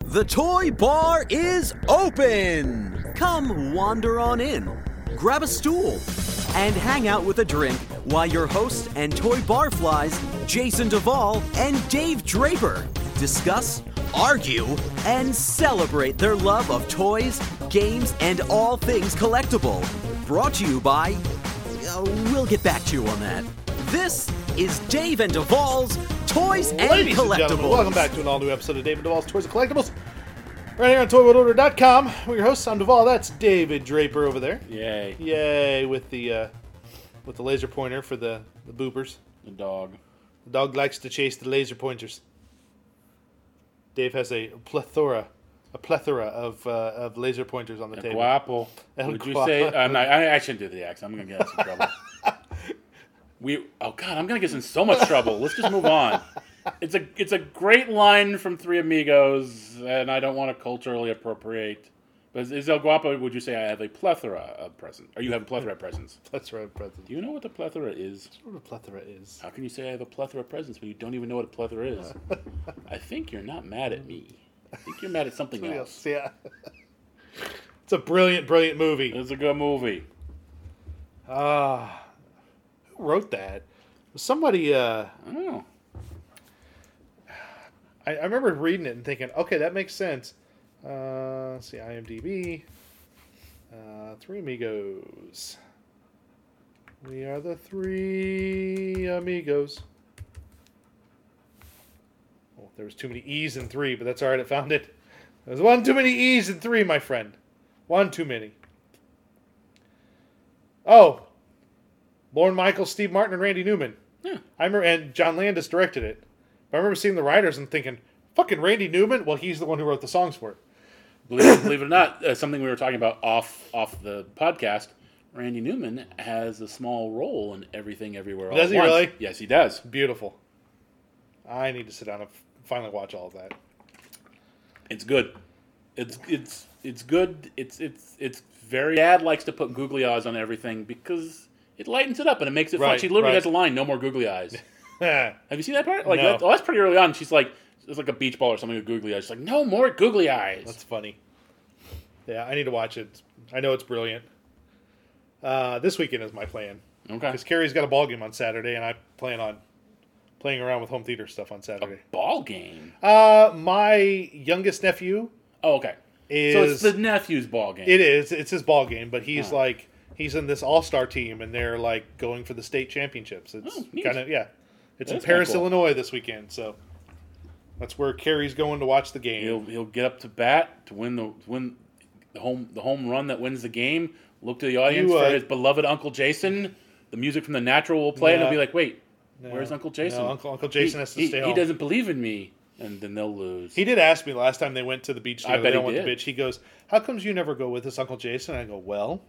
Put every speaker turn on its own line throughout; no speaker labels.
The toy bar is open! Come wander on in, grab a stool, and hang out with a drink while your hosts and toy barflies, Jason Duvall and Dave Draper, discuss, argue, and celebrate their love of toys, games, and all things collectible. Brought to you by. uh, we'll get back to you on that. This is Dave and Duvall's Toys
Ladies
and
and
Collectibles.
gentlemen, welcome back to an all-new episode of David Duvall's Toys and Collectibles. Right here on ToyWorldOrder.com. We're your hosts. I'm Duvall. That's David Draper over there.
Yay,
Yay, with the uh, with the laser pointer for the, the boopers.
the dog.
The dog likes to chase the laser pointers. Dave has a plethora, a plethora of uh, of laser pointers on the
El
table.
Guapo.
El
Would you say?
Guapo.
I'm not, I, I shouldn't do the accent. I'm going to get us in trouble. we. Oh, God, I'm going to get us in so much trouble. Let's just move on. It's a it's a great line from Three Amigos, and I don't want to culturally appropriate. But is El Guapo, would you say I have a plethora of presents? Or you have a plethora of presents?
That's right, President.
Do you know what the plethora is?
What a plethora is.
How can you say I have a plethora of presents when you don't even know what a plethora is? I think you're not mad at me. I think you're mad at something
Yes,
else.
yeah. it's a brilliant, brilliant movie.
It's a good movie.
Ah, who wrote that? Somebody. Uh,
Oh.
I, I remember reading it and thinking, okay, that makes sense. Uh, let's see, IMDb. Uh, three Amigos. We are the three amigos. Oh, there was too many E's in three, but that's all right. I found it. There's one too many E's in three, my friend. One too many. Oh, Lorne Michaels, Steve Martin, and Randy Newman.
Yeah.
I remember, and John Landis directed it. But I remember seeing the writers and thinking, "Fucking Randy Newman." Well, he's the one who wrote the songs for it.
Believe, believe it or not, uh, something we were talking about off off the podcast. Randy Newman has a small role in everything, everywhere. All
Does
at
he
Once.
really?
Yes, he does.
Beautiful. I need to sit down and f- finally watch all of that.
It's good. It's it's it's good. It's it's it's very. Dad likes to put googly eyes on everything because it lightens it up and it makes it fun.
Right,
She literally
right.
has a line: "No more googly eyes."
Heh.
Have you seen that part? Like
No.
that, oh, that's pretty early on. She's like, it's like a beach ball or something with googly eyes. She's like, "No more googly eyes."
That's funny. Yeah, I need to watch it. I know it's brilliant. Uh, this weekend is my plan
okay.
because Carrie's got a ball game on Saturday, and I plan on playing around with home theater stuff on Saturday.
Ball game.
Uh, my youngest nephew
Oh, okay.
is
so it's the nephew's ball game.
It is. It's his ball game, but he's
Huh.
like he's in this all star team, and they're like going for the state championships. It's
Oh, neat.
kind of yeah. It's
That
in
is kinda
Paris,
cool.
Illinois this weekend, so that's where Carrie's going to watch the game.
He'll he'll get up to bat to win the to win the home the home run that wins the game. Look to the audience
You, uh,
for his beloved Uncle Jason. The music from The Natural will play, and
No.
he'll be like, "Wait,
No.
where's Uncle Jason?
No, Uncle Uncle Jason
he,
has to
he-
stay
he
home.
doesn't believe in me, and then they'll lose.
He did ask me last time they went to the beach.
I
Together,
bet
they
he
all went to the
did.
beach. He goes, "How comes you never go with us, Uncle Jason?" I go, "Well,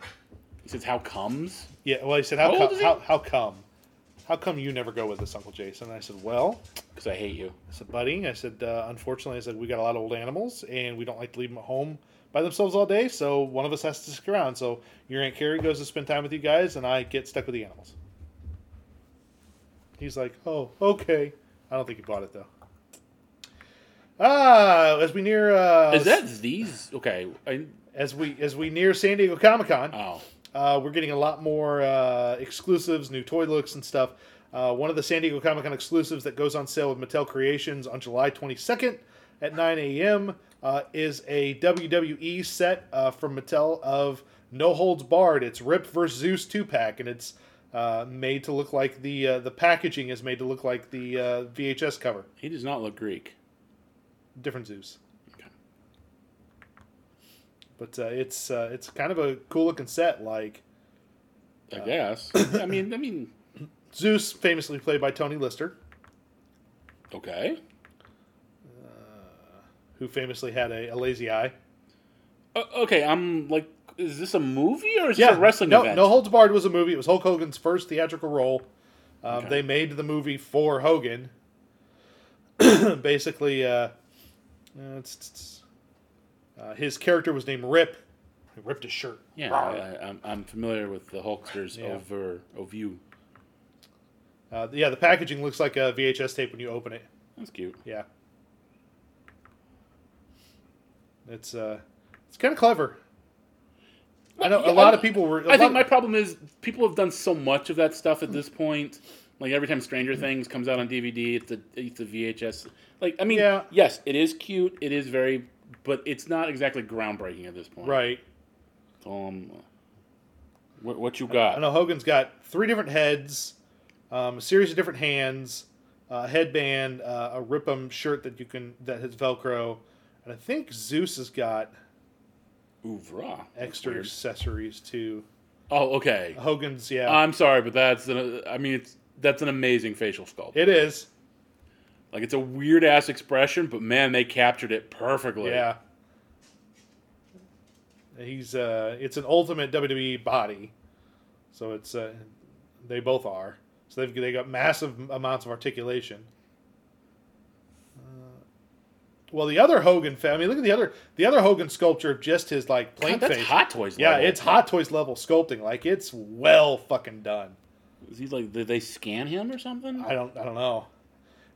He says, "How comes?"
yeah." Well, he said, "How,
How
co-
old is he?
how, how come? How come you never go with us, Uncle Jason?" And I said, "Well."
Because I hate you.
I said, buddy, I said, uh, unfortunately, I said, we got a lot of old animals and we don't like to leave them at home by themselves all day. So one of us has to stick around. So your Aunt Carrie goes to spend time with you guys and I get stuck with the animals. He's like, oh, okay. I don't think he bought it though. Ah, as we near uh,
Is that these? Okay. I,
as we as we near San Diego Comic Con,
oh,
uh, we're getting a lot more uh, exclusives, new toy looks, and stuff. Uh, one of the San Diego Comic Con exclusives that goes on sale with Mattel Creations on July 22nd at 9 a.m. Uh, is a WWE set uh, from Mattel of No Holds Barred. It's Rip vs. Zeus 2 pack, and it's uh, made to look like the uh, the packaging is made to look like the uh, VHS cover.
he does not look Greek.
Different Zeus.
Okay.
But uh, it's uh, it's kind of a cool looking set. Like
I guess. I mean, I mean,
Zeus, famously played by Tony Lister.
okay.
who famously had a, a lazy eye.
Uh, okay, I'm like, is this a movie or is this a wrestling
no,
event?
No Holds Barred was a movie. It was Hulk Hogan's first theatrical role. Um,
Okay.
They made the movie for Hogan. Basically, uh, uh, it's- it's- uh, his character was named Rip. He ripped his shirt.
Yeah, I, I'm, I'm familiar with the Hulksters
Yeah.
over Ovu.
Uh, yeah, the packaging looks like a VHS tape when you open it.
That's cute.
Yeah. It's uh, it's kind of clever. I know
Yeah,
a lot
I-
of people were. a
I think
lot-
my problem is people have done so much of that stuff at
Hmm.
this point. Like every time Stranger Things comes out on DVD, it's a it's a VHS. Like I mean,
Yeah.
yes, it is cute. It is very, but it's not exactly groundbreaking at this point.
right.
Um, what, what you
I
got?
know Hogan's got three different heads, um, a series of different hands, a headband, uh, a Rip'em shirt that you can that has Velcro, and I think Zeus has got
Ouvra.
extra
Weird.
accessories too.
Oh, okay.
Hogan's, yeah,
I'm sorry, but that's an, I mean, it's that's an amazing facial sculpt.
it is.
like it's a weird ass expression, but man, they captured it perfectly.
Yeah, he's uh, it's an ultimate WWE body, so it's uh, they both are. So they've they got massive amounts of articulation. Uh, Well, the other Hogan, fa- I mean, look at the other the other Hogan sculpture of just his like plain
God, that's
face.
Hot Toys.
yeah,
level.
it's Hot Toys level sculpting. Like it's well fucking done.
Is he like? Did they scan him or something?
I don't I don't know.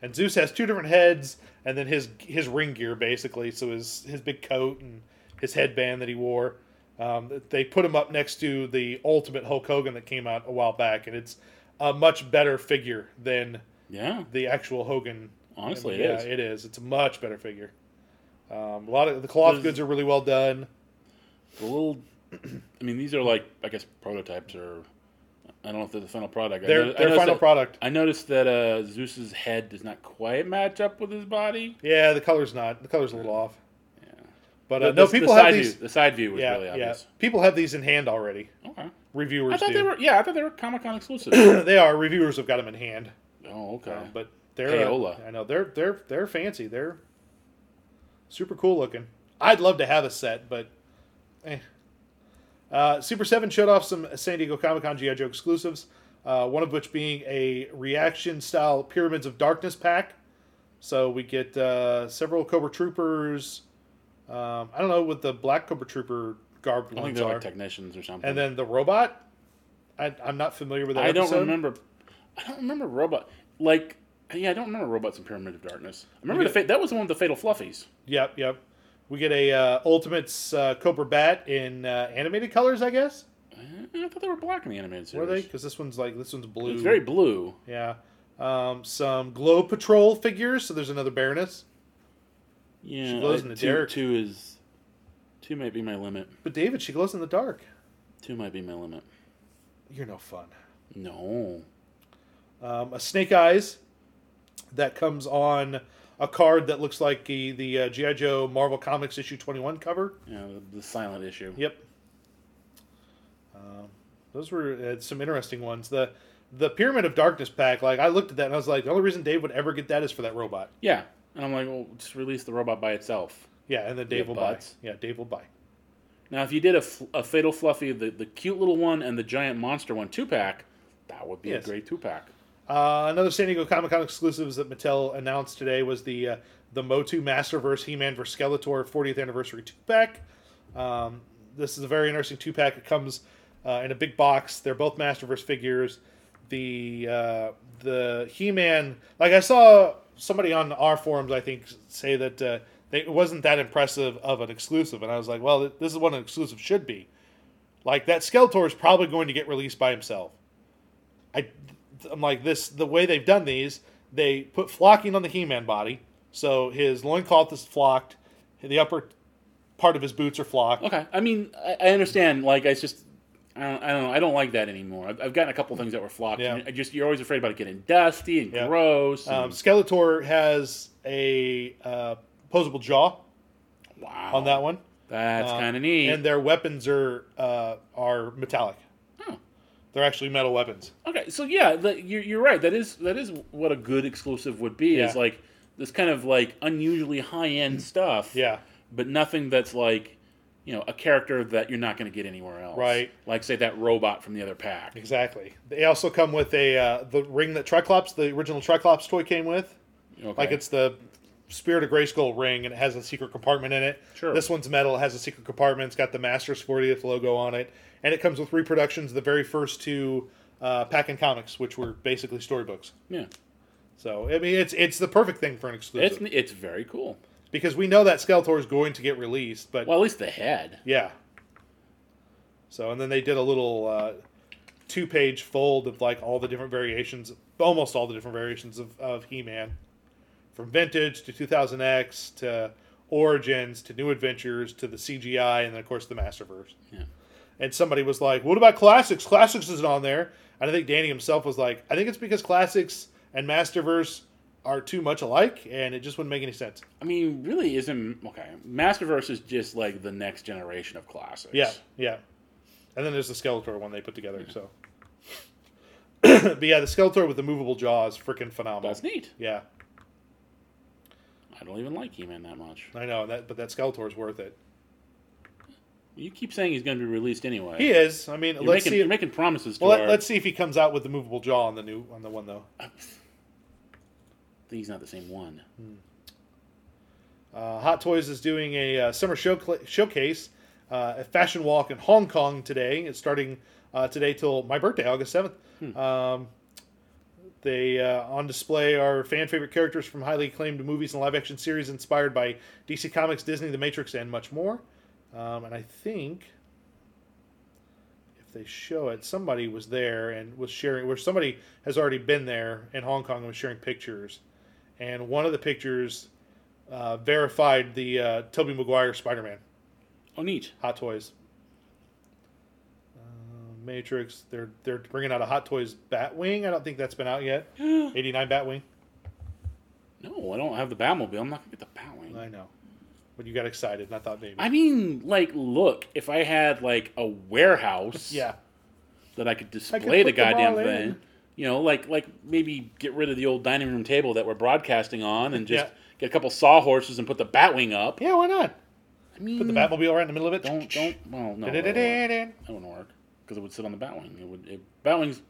And Zeus has two different heads, and then his his ring gear basically. So his his big coat and his headband that he wore. Um, they put him up next to the Ultimate Hulk Hogan that came out a while back, and it's a much better figure than
yeah.
the actual Hogan.
Honestly,
I
it
mean, yeah,
is.
it is. It's a much better figure. Um, a lot of the cloth
Does-
goods are really well done.
The little. I mean, these are like I guess prototypes or. I don't know if they're the final product. I
Their-
noti- I
their
noticed
final
that-
product.
I noticed that uh, Zeus's head does not quite match up with his body.
Yeah, the color's not. The color's a little off.
Yeah.
But
The,
uh, no,
the- the
people have
side
these.
View, the side view was
yeah,
really
yeah.
obvious.
People have these in hand already.
Okay.
Reviewers
I thought
do.
they were. Yeah, I thought they were Comic Con exclusive.
they are reviewers have got them in hand,
oh, okay.
um, but they're uh,
Payola.
I know they're they're they're fancy. They're super cool looking. I'd love to have a set, but eh. Uh, Super Seven showed off some San Diego Comic Con GI Joe exclusives. Uh, one of which being a reaction style Pyramids of Darkness pack. So we get uh, several Cobra Troopers. Um, I don't know what the Black Cobra Trooper garbed
I think
ones
they're
are,
like technicians or something.
and then the robot. I, I'm not familiar with that.
I don't
episode.
remember. I don't remember robot. Like yeah, I don't remember robots in Pyramid of Darkness. I remember the
get-
fa- that was the one with the Fatal Fluffies.
Yep, yep. We get a uh, Ultimates uh, Cobra Bat in uh, animated colors, I guess.
Eh, I thought they were black in the animated
Were
series.
they? Because this one's like this one's blue.
It's very blue.
yeah. Um, some Glow Patrol figures. So there's another Baroness,
Yeah,
She glows
I-
in the
two,
dark.
two is two might be my limit.
but David, she glows in the dark.
Two might be my limit.
You're no fun.
No,
Um, a Snake Eyes that comes on a card that looks like the the uh, GI Joe Marvel Comics issue 21 cover.
yeah, the, the silent issue.
Yep. Um, those were uh, some interesting ones. The the Pyramid of Darkness pack, like I looked at that and I was like, the only reason Dave would ever get that is for that robot.
Yeah, and I'm like, well, just release the robot by itself.
Yeah, and then Dave
Yeah,
will
bots.
buy. Yeah, Dave will buy.
Now, if you did a, f- a Fatal Fluffy, the, the cute little one and the giant monster one two pack, that would be
Yes.
a great two pack.
Uh, another San Diego Comic Con exclusives that Mattel announced today was the uh, the Motu Masterverse He-Man vs. Skeletor 40th Anniversary two pack. Um, this is a very interesting two pack. It comes uh, in a big box. They're both Masterverse figures. The uh, the He-Man, like I saw somebody on our forums, I think, say that uh, they, it wasn't that impressive of an exclusive, and I was like, well, th- this is what an exclusive should be. Like that Skeletor is probably going to get released by himself. I, I'm like this. The way they've done these, they put flocking on the He-Man body, so his loincloth is flocked, the upper part of his boots are flocked.
Okay, I mean, I, I understand. Like, I just, I don't, I don't know. I don't like that anymore. I've, I've gotten a couple things that were flocked.
Yeah.
and I just, you're always afraid about it getting dusty and
Yeah.
gross. and-
Um, Skeletor has a uh, posable jaw
wow,
on that one,
That's
Um,
kind of neat.
and their weapons are uh, are metallic.
Oh.
They're actually metal weapons.
Okay, so yeah, the, you're, you're right. That is that is what a good exclusive would be. Is
Yeah. Mm,
like this kind of like unusually high end stuff.
Yeah.
but nothing that's like. You know, a character that you're not going to get anywhere else.
Right.
Like, say, that robot from the other pack.
Exactly. They also come with a uh, the ring that Triclops, the original Triclops toy, came with.
Okay.
Like it's the Spirit of Grayskull ring, and it has a secret compartment in it.
Sure.
This one's metal. It has a secret compartment. It's got the Masters 40th logo on it, and it comes with reproductions of the very first two uh, pack and comics, which were basically storybooks.
Yeah.
So I mean, it's it's the perfect thing for an exclusive.
It's, it's very cool.
because we know that Skeletor is going to get released. But
Well, at least the head.
yeah. So and then they did a little uh, two-page fold of like all the different variations, almost all the different variations of, of He-Man, from vintage to 2000X to Origins to New Adventures to the CGI and then of course the Masterverse.
Yeah.
And somebody was like, "What about classics? Classics isn't on there." And I think Danny himself was like, "I think it's because classics and Masterverse are too much alike, and it just wouldn't make any sense."
I mean, really isn't okay. Masterverse is just like the next generation of classics.
Yeah, yeah. And then there's the Skeletor one they put together. So, but yeah, the Skeletor with the movable jaw is freaking phenomenal.
That's neat.
Yeah,
I don't even like He-Man that much.
I know that, but that Skeletor's worth it.
You keep saying he's going to be released anyway.
He is. I mean,
You're,
let's
making,
see.
you're making promises to
well,
our-
let, us see if he comes out with the movable jaw on the new on the one though.
I think he's not the same one.
Uh, Hot Toys is doing a uh, summer show showcase, uh, a fashion walk in Hong Kong today. It's starting uh, today till my birthday, August seventh. Um, they uh, on display are fan favorite characters from highly acclaimed movies and live action series inspired by DC Comics, Disney, The Matrix, and much more. Um, and I think if they show it, somebody was there and was sharing. Where somebody has already been there in Hong Kong and was sharing pictures. And one of the pictures uh, verified the uh, Toby Maguire Spider-Man
Oh, neat.
Hot Toys. Uh, Matrix, they're they're bringing out a Hot Toys Batwing. I don't think that's been out yet.
no,
89 Batwing.
I don't have the Batmobile. I'm not going to get the Batwing.
I know. But you got excited and I thought maybe.
I mean, like, look, if I had, like, a warehouse
yeah.
that I could display
put
the
them
goddamn
all
thing,
in.
you know, like, like maybe get rid of the old dining room table that we're broadcasting on and just
Yeah.
get a couple sawhorses and put the Batwing up.
Yeah, why not?
I mean,
Put the Batmobile right in the middle of it.
Hmm. Don't, don't, well, no. that wouldn't work.
Da-da-da-da-da.
That wouldn't work because it would sit on the Batwing. It would, it, Batwing's,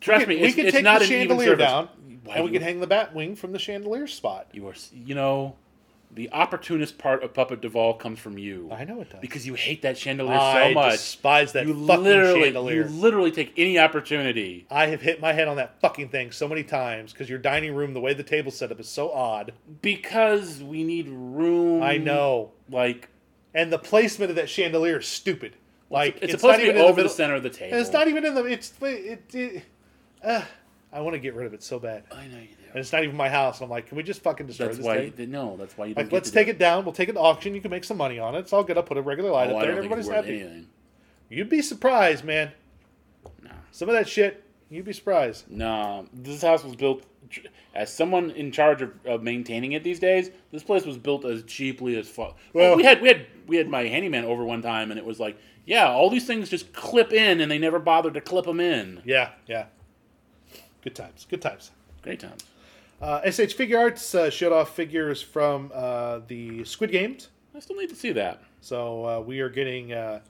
trust
We
me,
could- we
it's,
could
it's
take
not
the
an even
chandelier
surface.
down and
Why do
we
you-
could hang the Batwing from the chandelier spot.
You are, s- you know, the opportunist part of Puppet Duvall comes from you.
I know it does.
Because you hate that chandelier
I
so much.
despise that
you
fucking
literally,
chandelier.
You literally take any opportunity.
I have hit my head on that fucking thing so many times because your dining room, the way the table's set up, is so odd.
Because we need room.
I know.
Like,
And the placement of that chandelier is stupid. Like
it's, supposed to be
even in
over the,
middle-
center of the table.
and It's not even in the. It's it. it uh, I want to get rid of it so bad, and
I know you do.
it's not even my house. And I'm like, can we just fucking destroy
That's
this
why,
thing?
no, that's why you don't
Like,
get
let's
to
take
do
it down. We'll take it to auction. You can make some money on it. It's all good. I'll put a regular light
Oh,
up
I
there, and
don't think
everybody's
it's worth
happy.
anything.
You'd be surprised, man.
No.
Some of that shit, you'd be surprised.
No, this house was built as someone in charge of, of maintaining it these days. This place was built as cheaply as fuck.
Well-
we had we had we had my handyman over one time, and it was like, yeah, all these things just clip in, and they never bothered to clip them in.
Yeah, yeah. Good times. Good times.
Great times.
Uh, SH Figure Arts uh, showed off figures from uh, the Squid Games.
I still need to see that.
So uh, we are getting uh,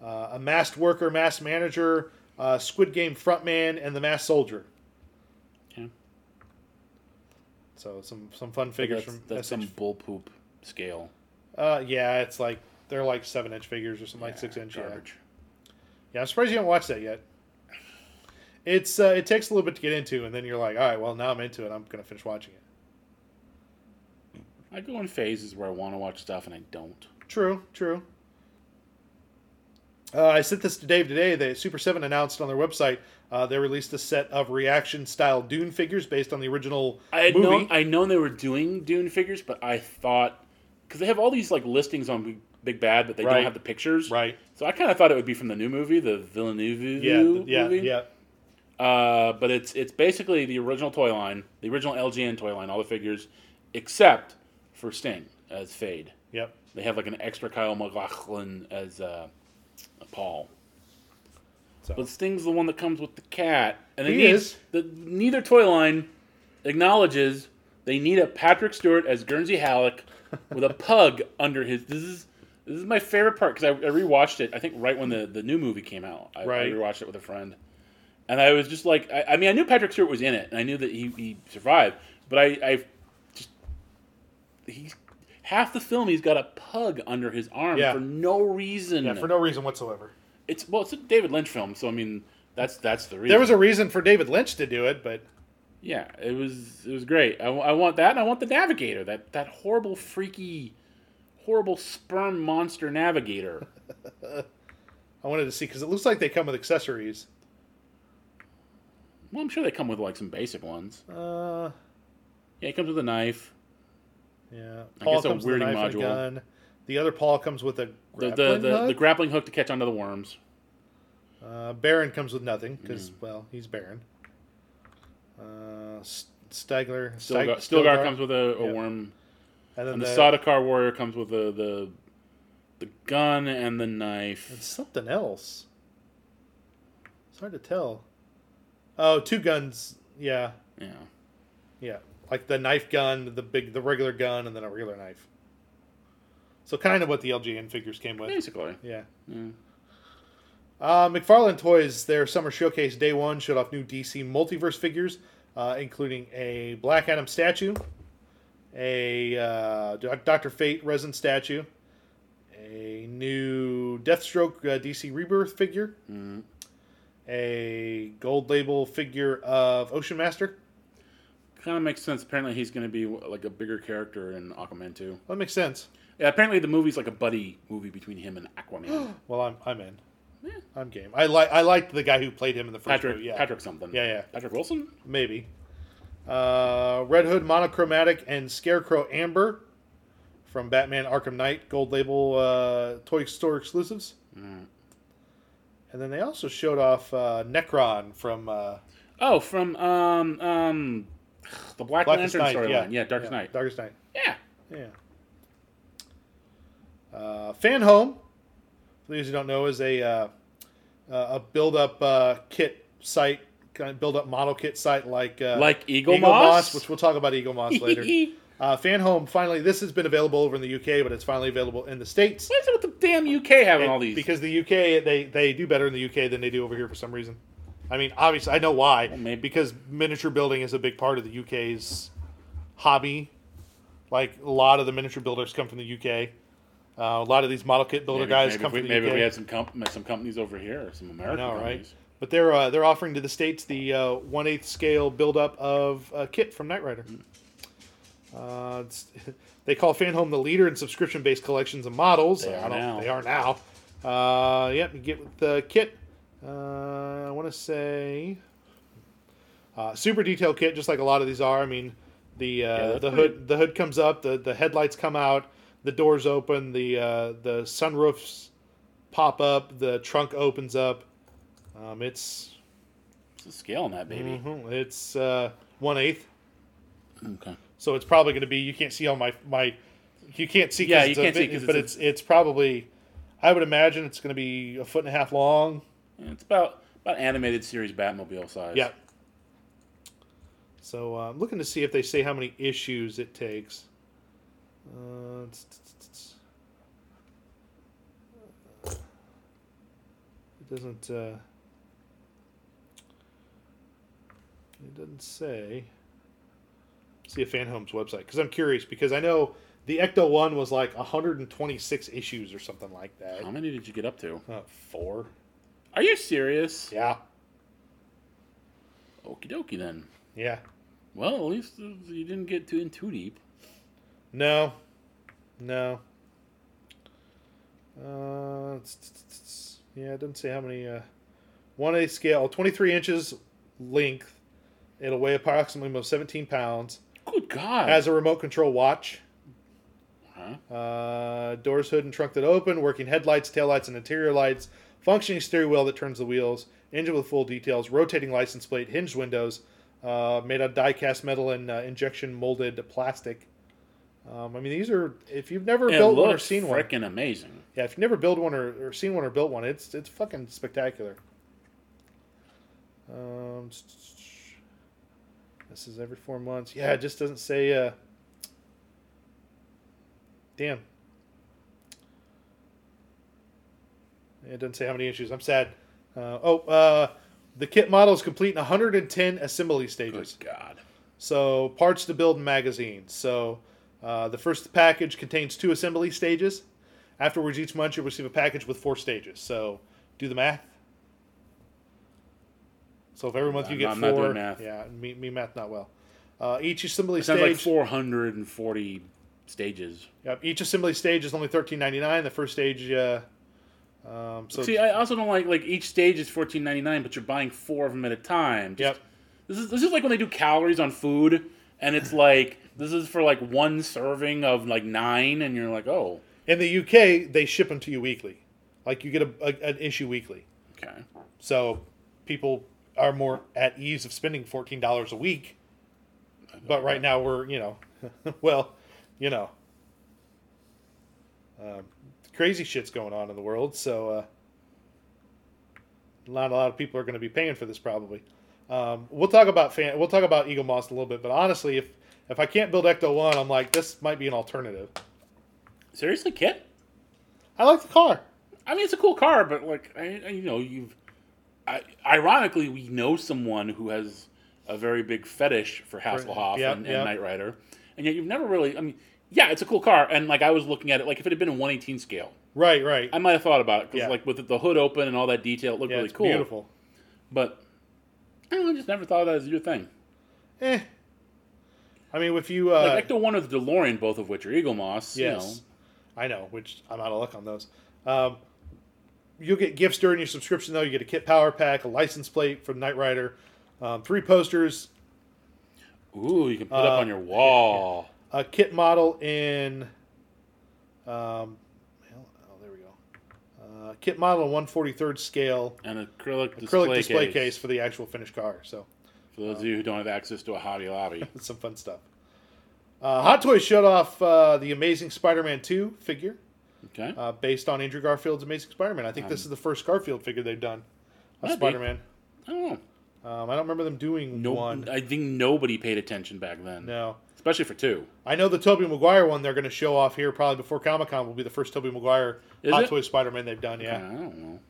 uh, a masked worker, masked manager, uh, Squid Game frontman, and the masked soldier.
Yeah.
So some some fun figures
That's,
from
that's
SH.
some bull poop scale.
Uh, yeah, it's like they're like seven inch figures or something like six inch. Yeah.
Garbage.
yeah, I'm surprised you haven't watched that yet. It's uh, it takes a little bit to get into, and then you're like, all right, well now I'm into it. I'm gonna finish watching it.
I go in phases where I want to watch stuff and I don't.
True, true. Uh, I sent this to Dave today. That Super Seven announced on their website uh, they released a set of reaction style Dune figures based on the original
I had
movie.
known I known they were doing Dune figures, but I thought because they have all these like listings on Big- Big Bad, but they
Right.
don't have the pictures.
Right.
So I kind of thought it would be from the new movie, the Villeneuve
Yeah, th- yeah,
movie.
yeah.
Uh, but it's it's basically the original toy line, the original LGN toy line, all the figures, except for Sting as Fade.
Yep.
They have like an extra Kyle MacLachlan as uh, Paul.
So.
But Sting's the one that comes with the cat, and they
He
need-
is.
The, neither toy line acknowledges they need a Patrick Stewart as Guernsey Halleck with a pug under his. This is this is my favorite part because I, I rewatched it. I think right when the, the new movie came out, I,
Right.
I rewatched it with a friend, and I was just like, I, I mean, I knew Patrick Stewart was in it, and I knew that he, he survived, but I, I just he's half the film he's got a pug under his arm
Yeah.
for no reason.
Yeah, for no reason whatsoever.
it's well, it's a David Lynch film, so I mean, that's that's the reason.
There was a reason for David Lynch to do it, but
Yeah, it was it was great. I, w- I want that, and I want the navigator. That that horrible, freaky, horrible sperm monster navigator.
I wanted to see because it looks like they come with accessories.
Well, I'm sure they come with like some basic ones.
Uh,
Yeah, it comes with a knife.
yeah.
I
Paul
guess a
comes with a
weirding
knife and a
module.
gun. The other Paul comes with a
The
grappling
the, the,
hook?
the grappling hook to catch onto the worms.
Uh, Baron comes with nothing because,
Mm.
well, he's Baron. Uh, S- Stegler, Steg-
Stilgar, Stilgar comes with a, a
Yeah.
worm.
and then
And the
the,
Sadakar warrior comes with the, the the gun and the
and
knife.
something else. It's hard to tell. Oh, two guns. Yeah,
Yeah.
yeah, like the knife gun, the big, the regular gun, and then a regular knife. So kind of what the LGN figures came with.
Basically.
Yeah.
Yeah.
Uh, McFarlane Toys, their summer showcase day one, showed off new DC multiverse figures, uh, including a Black Adam statue, a uh, Doc- Dr. Fate resin statue, a new Deathstroke uh, DC Rebirth figure,
Mhm.
a gold label figure of Ocean Master.
Kind of makes sense. Apparently, he's going to be like a bigger character in Aquaman 2.
That makes sense.
Yeah, apparently, the movie's like a buddy movie between him and Aquaman.
Well, I'm, I'm in.
Yeah.
I'm game. I like I liked the guy who played him in the first
Patrick,
movie. Yeah,
Patrick something.
Yeah, yeah.
Patrick Wilson?
Maybe. Uh, Red Hood Monochromatic and Scarecrow Amber from Batman Arkham Knight, gold label uh, toy store exclusives.
Mm.
And then they also showed off uh, Necron from uh,
Oh, from um um the Black
Blackest Night.
Lantern storyline.
Yeah,
Yeah. Darkest Night.
Darkest Night.
yeah.
Yeah. Uh, Fan Home, for those who don't know, is a uh, uh, a build up uh, kit site, kind of build up model kit site like uh,
Like Eagle Moss?
which we'll talk about Eagle Moss later. Uh, Fan Home finally, this has been available over in the UK, but it's finally available in the states.
What's with the damn UK having all
And
these?
Because the UK, they they do better in the UK than they do over here for some reason. I mean, obviously, I know why.
maybe-
Because miniature building is a big part of the UK's hobby. Like a lot of the miniature builders come from the UK. Uh, a lot of these model kit builder
maybe,
guys
maybe
come
if we,
from the
maybe
UK.
we had some comp- some companies over here, some American
I know, right?
companies.
But they're uh, they're offering to the states the uh, one eighth scale buildup of uh, kit from Knight Rider.
Mm.
Uh, it's- they call Fan Home the leader in subscription based collections of models.
They
I
are
don't-
now.
They are now. Uh, yep, you get with the kit. Uh, I want to say uh, super detail kit, just like a lot of these are. I mean, the uh,
Yeah, that's
the
pretty-
hood the hood comes up, the, the headlights come out, the doors open, the uh, the sunroofs pop up, the trunk opens up. Um, it's
What's the scale on that baby?
mhm, it's uh, one eighth, Mm-hmm.
Okay.
so it's probably going to be. You can't see all my my. You can't see. 'cause
Yeah, you
it's a
can't see
bit-
'cause
but
it's
it's it's probably. I would imagine it's going to be a foot and a half long.
Yeah, It's about about animated series Batmobile size.
Yeah. So uh, I'm looking to see if they say how many issues it takes. Uh, it's- it's- it's- it's- it doesn't. Uh, it doesn't say. See a Fan Homes website because I'm curious because I know the Ecto One was like 126 issues or something like that.
How many did you get up to?
Uh, four.
Are you serious?
Yeah.
Okie dokie then.
Yeah.
Well, at least you didn't get too in too deep.
No. No. Uh, it's- it's- it's- yeah, it doesn't say how many. Uh, one eighth scale, twenty three inches length. It'll weigh approximately about seventeen pounds.
Good God.
Has a remote control watch.
huh?
Uh, doors, hood, and trunk that open. Working headlights, taillights, and interior lights. Functioning steering wheel that turns the wheels. Engine with full details. Rotating license plate. Hinged windows. Uh, made out of die cast metal and uh, injection molded plastic. Um, I mean, these are if you've never
It
built one or
looks
seen one.
frickin' amazing.
Yeah, if you've never built one or, or seen one or built one, it's it's fucking spectacular. Um, this is every four months. Yeah, it just doesn't say. Uh, damn. It doesn't say how many issues. I'm sad. Uh, oh, uh, the kit model is complete in 110 assembly
Good
stages.
God.
So parts to build and magazines. So uh, the first package contains two assembly stages. Afterwards, each month you'll receive a package with four stages. So do the math. So if every month you
I'm
get
not- I'm not
four,
doing math.
yeah, me, me math not well. Uh, each assembly
Sounds
stage,
like 440 stages.
yep, each assembly stage is only thirteen ninety nine. The first stage, uh, um, so
See, I also don't like like each stage is 14.99, but you're buying four of them at a time. Just-
yep,
This is this is like when they do calories on food, and it's like this is for like one serving of like nine, and you're like, oh,
in the UK they ship them to you weekly, like you get a, a, an issue weekly.
okay.
So people are more at ease of spending fourteen dollars a week. But right now we're you know, well, you know, um, crazy shit's going on in the world. So uh, not a lot of people are going to be paying for this probably. Um, we'll talk about fan. We'll talk about Eagle Moss in a little bit. But honestly, if if I can't build Ecto One, I'm like this might be an alternative.
Seriously, Kit?
I like the car.
I mean, it's a cool car, but like, I, I- you know, you've. I, ironically, we know someone who has a very big fetish for Hasselhoff
yeah,
and, and
yeah.
Knight Rider, and yet you've never really. I mean, yeah, it's a cool car, and like I was looking at it, like if it had been a 118 scale,
Right, right.
I might have thought about it because
Yeah.
like with the hood open and all that detail, it looked
yeah,
really
it's
cool.
beautiful.
But I, don't know, I just never thought of that as your thing.
Eh. I mean, if you uh,
like Ecto One or the DeLorean, both of which are Eagle Moss.
Yes, I know. Which I'm out of luck on those. Um, you'll get gifts during your subscription, though. You get a kit power pack, a license plate from Knight Rider, um, three posters,
You know. Ooh, you can put
Uh,
up on your wall.
a kit model in. Um, hell- oh, there we go. Uh, kit model in 143rd scale
And acrylic display,
acrylic display
case,
case. for the actual finished car. So
for those of you who don't have access to a Hobby Lobby.
that's some fun stuff. Uh, Hot Toys showed off uh, the Amazing Spider-Man 2 figure.
Okay.
uh, based on Andrew Garfield's Amazing Spider-Man. I think this is the first Garfield figure they've done of
Um, Might be.
Spider-Man.
I don't know.
Um, I don't remember them doing
No,
one.
I think nobody paid attention back then,
No,
especially for two.
I know the Tobey Maguire one they're going to show off here probably before Comic Con will be the first Tobey Maguire
Is
Hot
it?
Toys Spider-Man they've done.
I
Yeah,
don't know.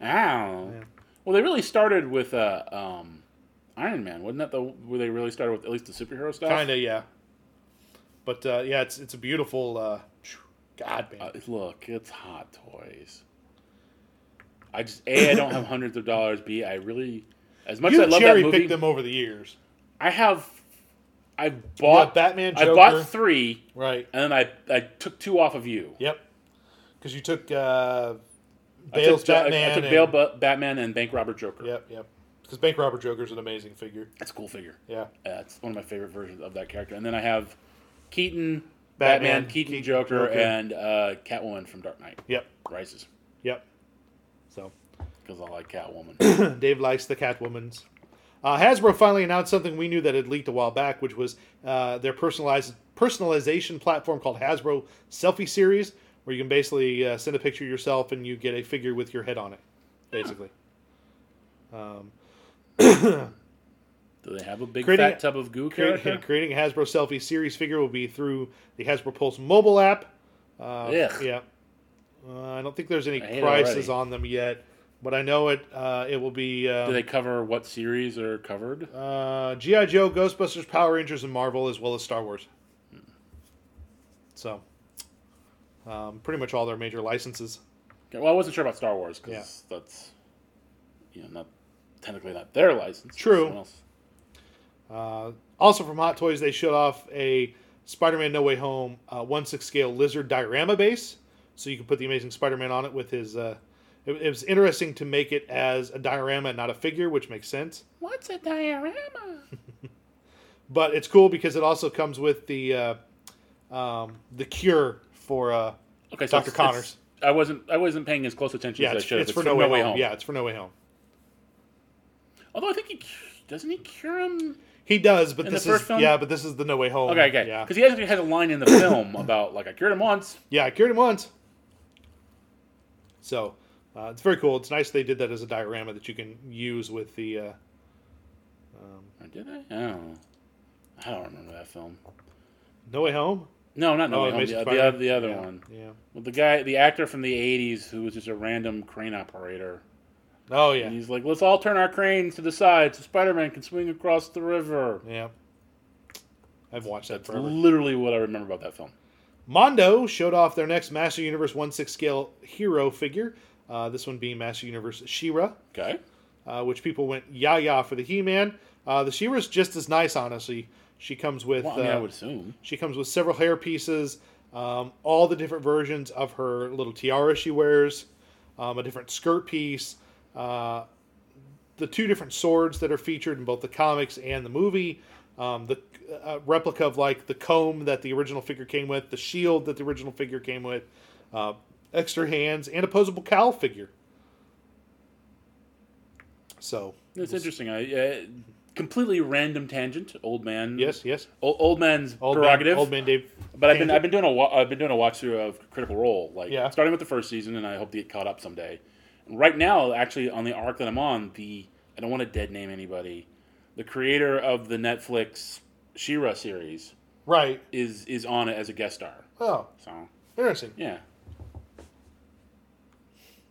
I don't know. Well, they really started with uh, um, Iron Man, wasn't that the where they really started with at least the superhero stuff?
kind of yeah. But uh, yeah, it's it's a beautiful. Uh, phew, God man,
Uh, look, it's hot toys. I just a I don't have hundreds of dollars. B I really, as much
you
as I love that
cherry
movie,
picked them over the years,
I have I bought
Batman,
I bought
Joker.
three,
right?
and then I I took two off of you.
Yep, because you took uh,
I
Bale's
took, Jo- I-
Batman.
I took
and-
Bale, Bu- Batman, and Bank Robber Joker.
Yep, yep. Because Bank Robber Joker's an amazing figure.
That's a cool figure.
Yeah.
Uh, it's one of my favorite versions of that character. And then I have Keaton, Batman,
Batman,
Keaton,
Keaton,
Joker,
Joker.
and uh, Catwoman from Dark Knight
Yep.
Rises
Yep. So
because I like Catwoman.
Dave likes the Catwoman's. Uh, Hasbro finally announced something we knew that had leaked a while back, which was uh, their personalized personalization platform called Hasbro Selfie Series, where you can basically uh, send a picture of yourself and you get a figure with your head on it, basically.
Do they have a big
Creating-
fat tub of goo character?
Creating, creating a Hasbro Selfie Series figure will be through the Hasbro Pulse mobile app. Uh,
Ugh.
Yeah. Uh, I don't think there's any
I hate it
prices
already.
on them yet, but I know it. Uh, it will be. Um,
Do they cover what series are covered?
Uh, G.I. Joe, Ghostbusters, Power Rangers, and Marvel, as well as Star Wars. So, um, pretty much all their major licenses.
Okay, well, I wasn't sure about Star Wars because
Yeah.
that's you know not technically not their license.
True.
Someone else.
Uh, also from Hot Toys, they showed off a Spider-Man No Way Home uh, one six scale lizard diorama base, so you can put the Amazing Spider-Man on it with his. Uh, it, it was interesting to make it as a diorama, and not a figure, which makes sense.
What's a diorama?
But it's cool because it also comes with the uh, um, the cure for uh,
Okay, so
Dr.
it's- it's-
Connors.
I wasn't. I wasn't paying as close attention
yeah,
as I
it's,
should. have.
it's for No, way, home. Yeah, it's for No Way Home.
Although I think he cu- doesn't he cure him.
He does, but
In
this
the first
is
film?
yeah, but this is the No Way Home.
Okay, okay.
yeah,
Because he actually has a line in the film about like I cured him once.
yeah. I cured him once, so uh, it's very cool. It's nice they did that as a diorama that you can use with the. Uh,
Or did I? I don't know. I don't remember that film.
no Way Home.
No, not No
Oh,
Way Home.
Amazing
The, the,
Spider-Man?
other- the other
yeah.
one.
Yeah.
With the guy, the actor from the '80s who was just a random crane operator.
Oh yeah.
And he's like, let's all turn our cranes to the side so Spider Man can swing across the river.
Yeah. I've watched that
That's
forever.
literally what I remember about that film.
Mondo showed off their next Master Universe one six scale hero figure. Uh, this one being Master Universe Shira.
Okay.
uh, which people went yah yah for the He Man. Uh, the She-Ra's just as nice, honestly. She comes with
Well, I mean,
uh,
I would assume.
she comes with several hair pieces, um, all the different versions of her little tiara she wears, um, a different skirt piece, uh, the two different swords that are featured in both the comics and the movie, um, the uh, replica of like the comb that the original figure came with, the shield that the original figure came with, uh, extra hands, and opposable cowl figure. So
It's interesting. I uh, completely random tangent. Old man.
yes, yes,
O- old man's
old
Mm-hmm. prerogative.
man, old man Dave.
But I've been I've been doing a wa- I've been doing a walkthrough of Critical Role, like
Yeah.
starting with the first season, and I hope to get caught up someday. And right now, actually, on the arc that I'm on, the I don't want to dead name anybody. The creator of the Netflix Shira series
right.
is is on it as a guest star.
Oh,
So
interesting.
yeah,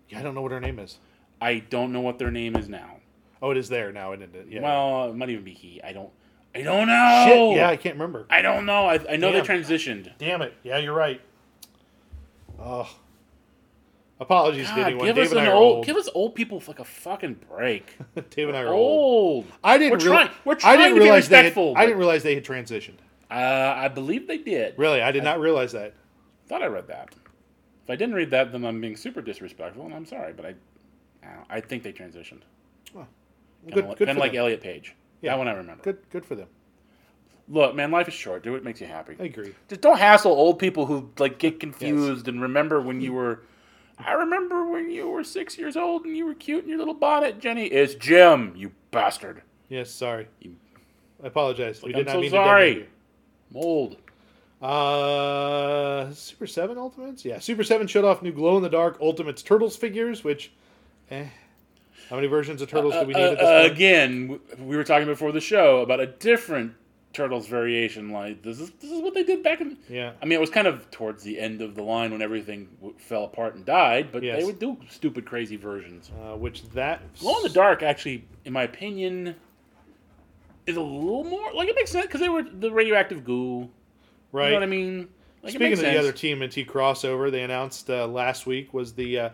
Yeah, I don't know what her name is.
I don't know what their name is now.
Oh, it is there now, isn't it? Yeah.
Well, it might even be he. I don't. I don't know.
Shit, yeah, I can't remember.
I don't know. I, I know they
Damn.
transitioned.
Damn it. Yeah, you're right. Oh. Apologies to
God,
anyone.
give
Dave
us
and I
an
are
old,
old.
Give us old people like a fucking break.
Dave and I are old.
old.
I didn't
We're
reali-
trying. We're
I
trying
didn't
to be
realize they had,
respectful.
I didn't realize they had transitioned.
Uh, I believe they did.
Really, I did not realize that.
Thought I read that. If I didn't read that, then I'm being super disrespectful, and I'm sorry. But I, I, don't know. I think they transitioned. Kind
Good,
of like,
good
kinda
for
like
them.
Elliot Page.
Yeah.
That one I remember.
Good, good for them.
Look, man, life is short. Do what makes you happy.
I agree.
Just don't hassle old people who like get confused and remember when
Mm-hmm.
you were. I remember when you were six years old and you were cute in your little bonnet, Jenny. It's Jim, you bastard.
Yes, sorry.
You-
I apologize. We
I'm
did not
so
mean
sorry.
to. detonate
Mold.
you. Uh, Super Seven Ultimates. Yeah, Super Seven showed off new glow in the dark Ultimates Turtles figures. Which, eh, how many versions of Turtles do we need
Uh,
at this point?
again, w- we were talking before the show about a different turtles variation. Like this is this is what they did back in.
Yeah.
I mean, it was kind of towards the end of the line when everything w- fell apart and died, but
Yes.
they would do stupid, crazy versions.
Uh, which that
Glow in the dark, actually, in my opinion, is a little more like it makes sense because they were the radioactive goo.
right?
You know what I mean? Like, it
Speaking
makes
of the
sense.
other TMNT crossover, they announced uh, last week was the uh,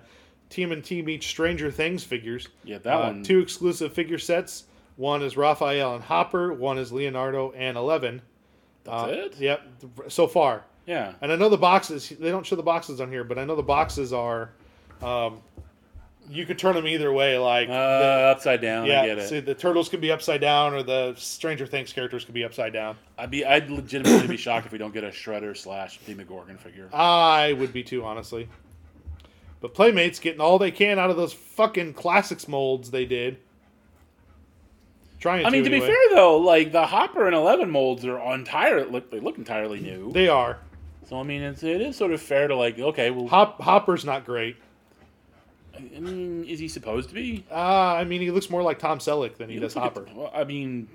TMNT meets Stranger Things figures.
Yeah, that
Uh,
one.
Two exclusive figure sets. One is Raphael and Hopper. One is Leonardo and Eleven.
That's
Uh,
it.
Yep, so far.
Yeah.
And I know the boxes. They don't show the boxes on here, but I know the boxes are. Um, you could turn them either way, like.
Uh, upside down.
yeah,
I get it.
see, the turtles could be upside down, or the Stranger Things characters could be upside down.
I'd be I'd legitimately be shocked if we don't get a Shredder slash Demogorgon figure.
I would be too, honestly. But Playmates getting all they can out of those fucking classics molds they did. Trying.
I mean, to
anyway.
be fair though, like the Hopper and Eleven molds are entire look they look entirely new.
they are.
so I mean, it's, it is sort of fair to like okay, well,
Hop, Hopper's not great.
I mean, is he supposed to be?
Uh, I mean, he looks more like Tom Selleck than he,
He
does
looks like a-
Hopper.
well, I mean,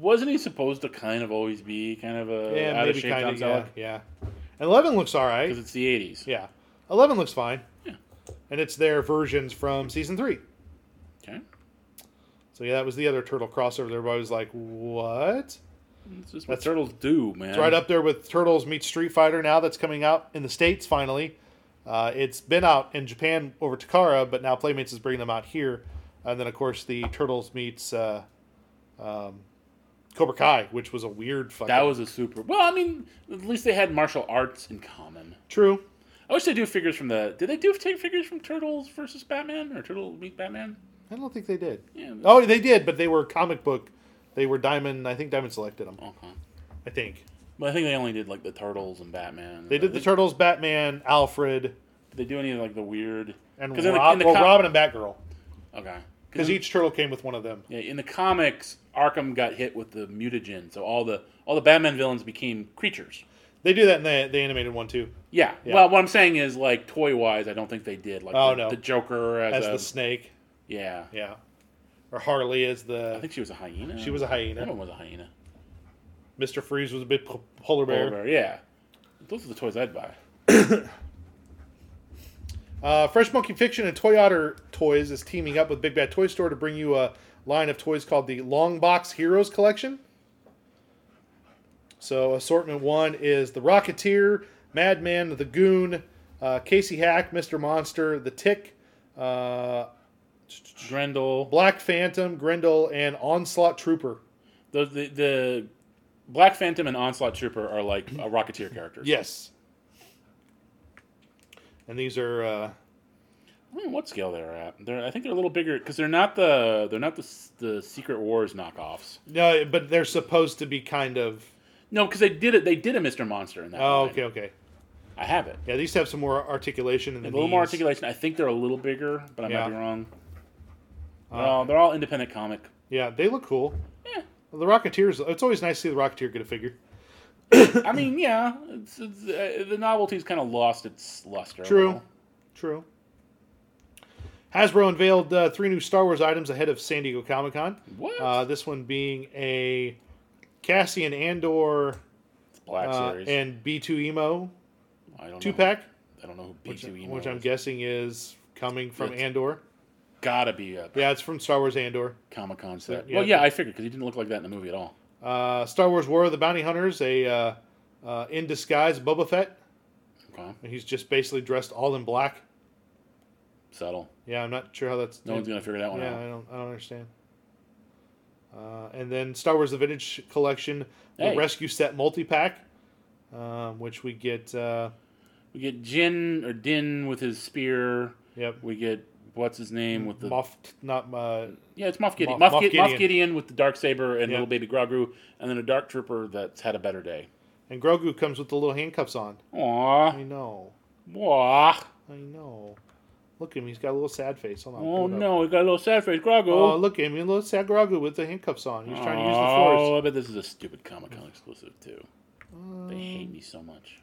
wasn't he supposed to kind of always be kind of a uh,
yeah,
out of
maybe
shape
kind
Tom
of. Yeah,
Selleck?
yeah. And Eleven looks all right.
Because it's the '80s.
Yeah, Eleven looks fine.
Yeah.
And it's their versions from season three.
Okay,
So yeah, that was the other turtle crossover. There, everybody was like, "What?"
that's just what
That's-
turtles do, man.
It's right up there with Turtles meets Street Fighter now that's coming out in the States finally. Uh, it's been out in Japan over Takara, but now Playmates is bringing them out here. And then, of course, the Turtles meets uh, um, Cobra Kai, which was a weird fucking.
That was a super. Well, I mean, at least they had martial arts in common.
true.
I wish they do figures from the. Did they do take figures from Turtles versus Batman or Turtle meet Batman?
I don't think they did.
Yeah.
Oh, they did, but they were comic book. They were Diamond. I think Diamond selected them.
Okay.
I think
But I think they only did like the Turtles and Batman.
they did the Turtles, Batman, Alfred,
Did they do any of like the weird?
and
'cause in the-
Rob,
in the
well,
com-
Robin and Batgirl,
Okay.
because each turtle came with one of them.
Yeah, in the comics, Arkham got hit with the mutagen, so all the all the Batman villains became creatures.
They do that in the, the animated one too,
Yeah.
Yeah.
Well, what I'm saying is, like toy wise, I don't think they did. Like
Oh,
the,
no.
the Joker as,
as
a
the snake.
yeah.
Yeah. Or Harley is
I
the
think Oh. she was a hyena.
she was a
That
hyena.
one was a hyena.
Mr. Freeze was a big po- polar bear.
Polar bear, Yeah. Those are the toys I'd buy.
Uh, Fresh Monkey Fiction and Toy Otter Toys is teaming up with Big Bad Toy Store to bring you a line of toys called the Long Box Heroes Collection. So assortment one is the Rocketeer, Madman, the Goon, uh, Casey Hack, Mr. Monster, the Tick, uh,
Grendel.
Black Phantom, Grendel, and Onslaught Trooper.
The, the the Black Phantom and Onslaught Trooper are like a Rocketeer characters.
Yes. And these are uh,
I don't know what scale they're at. They're I think they're a little bigger because they're not the they're not the s- the Secret Wars knockoffs.
no, but they're supposed to be kind of.
No, because they did it. They did a Mister Monster in that.
Oh,
line.
okay, okay.
I have it.
Yeah, these have some more articulation in the
A little more
knees.
articulation. I think they're a little bigger, but I
Yeah. Uh.
might be wrong. They're all, they're all independent comic. Eh.
Yeah, they look cool.
Yeah.
The Rocketeers. It's always nice to see the Rocketeer get a figure.
I mean, yeah, it's, it's, uh, the novelty's kind of lost its luster. a
True.
little.
True. Hasbro unveiled uh, three new Star Wars items ahead of San Diego Comic Con.
What?
Uh, this one being a Cassian Andor
It's Black
uh,
Series.
and B2 Emo
I don't
two
know-
pack,
I don't know who
which,
B2 Emo
which I'm
is.
guessing is coming from
It's-
Andor.
Gotta be a
Yeah, it's from Star Wars Andor.
Comic Con set.
yeah.
Well, yeah, I figured because he didn't look like that in the movie at all.
Uh, Star Wars War of the Bounty Hunters, a uh, uh, in disguise Boba Fett.
Okay.
And he's just basically dressed all in black.
Subtle.
Yeah, I'm not sure how that's.
Oh, No one's gonna figure that one
Yeah,
out.
I don't, I don't understand. Uh, and then Star Wars: The Vintage Collection, the
Hey.
Rescue Set Multi Pack, um, which we get. Uh,
We get Jin or Din with his spear.
yep,
We get what's his name with the
Moff, not uh,
yeah, it's Moff Gideon.
Moff-
Moff,
Moff
Gi- Moff
Gideon.
Gideon with the dark saber and
Yeah.
little baby Grogu, and then a dark trooper that's had a better day.
and Grogu comes with the little handcuffs on. I
Aww,
know,
Aww.
I know. Look at him; he's got a little sad face. Hold on. pull
Oh
it up.
no, we got a little sad face, Grogu.
Oh, look at him! A little sad Grogu with the handcuffs on. He's trying to use the force.
I bet this is a stupid Comic Con exclusive too. They hate me so much.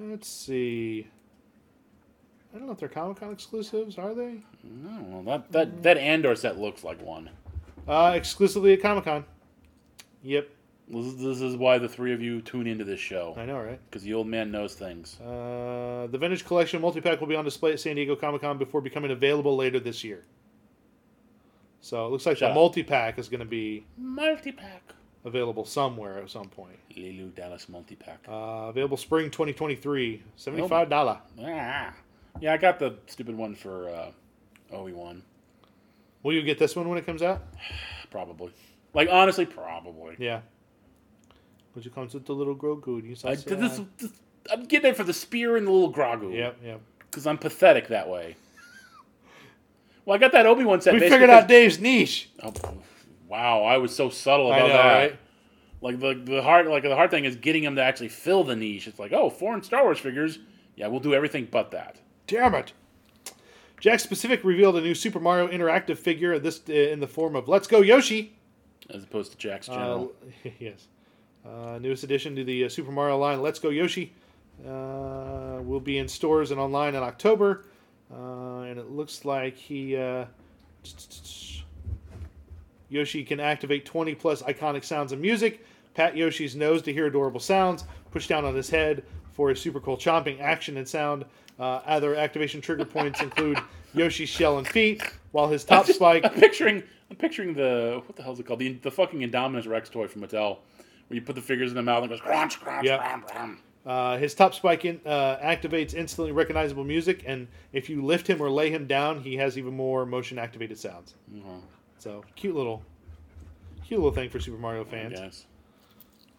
Let's see. I don't know if they're Comic Con exclusives, are they?
I don't know that
Mm.
that that Andor set looks like one.
Uh, exclusively at Comic Con. Yep,
This is, this is why the three of you tune into this show
I know, right?
because the old man knows things.
Uh, the Vintage Collection multi-pack will be on display at San Diego Comic Con before becoming available later this year. So it looks like
Shut
the
up.
multi-pack is going to be
Multi pack.
available somewhere at some point.
Lilu Dallas multi pack.
Uh, available spring 2023, seventy-five dollar.
Ah. Yeah, I got the stupid one for uh, Obi Wan.
Will you get this one when it comes out?
Probably. Like honestly, probably.
Yeah. Which it comes with the little Grogu. and He's all
I, did
sad.
this, this, I'm getting it for the spear and the little
uh,
Grogu.
Yep, yep.
Because I'm pathetic that way. well, I got that Obi Wan set.
We
basically
figured out Dave's niche.
because- Oh, wow, I was so subtle
I
about
know,
that.
right?
Like the the hard like the hard thing is getting him to actually fill the niche. It's like oh, foreign Star Wars figures. Yeah, we'll do everything but that.
Damn it. Jack Specific revealed a new Super Mario interactive figure. This uh, in the form of Let's Go Yoshi.
As opposed to Jack's
Uh,
general.
yes. Uh, newest addition to the uh, Super Mario line, Let's Go Yoshi, uh, will be in stores and online in October. Uh, and it looks like he. Uh, Yoshi can activate 20 plus iconic sounds and music. Pat Yoshi's nose to hear adorable sounds. Push down on his head for a super cool chomping action and sound. Uh, other activation trigger points include Yoshi's shell and feet, while his top spike
I'm picturing I'm picturing the what the hell's it called? The the fucking Indominus Rex toy from Mattel, where you put the fingers in the mouth and it goes crunch crunch
Yep.
ram, ram.
Uh, his top spike in, uh, activates instantly recognizable music, and if you lift him or lay him down, he has even more motion activated sounds. So cute little, cute little thing for Super Mario fans.
Yes.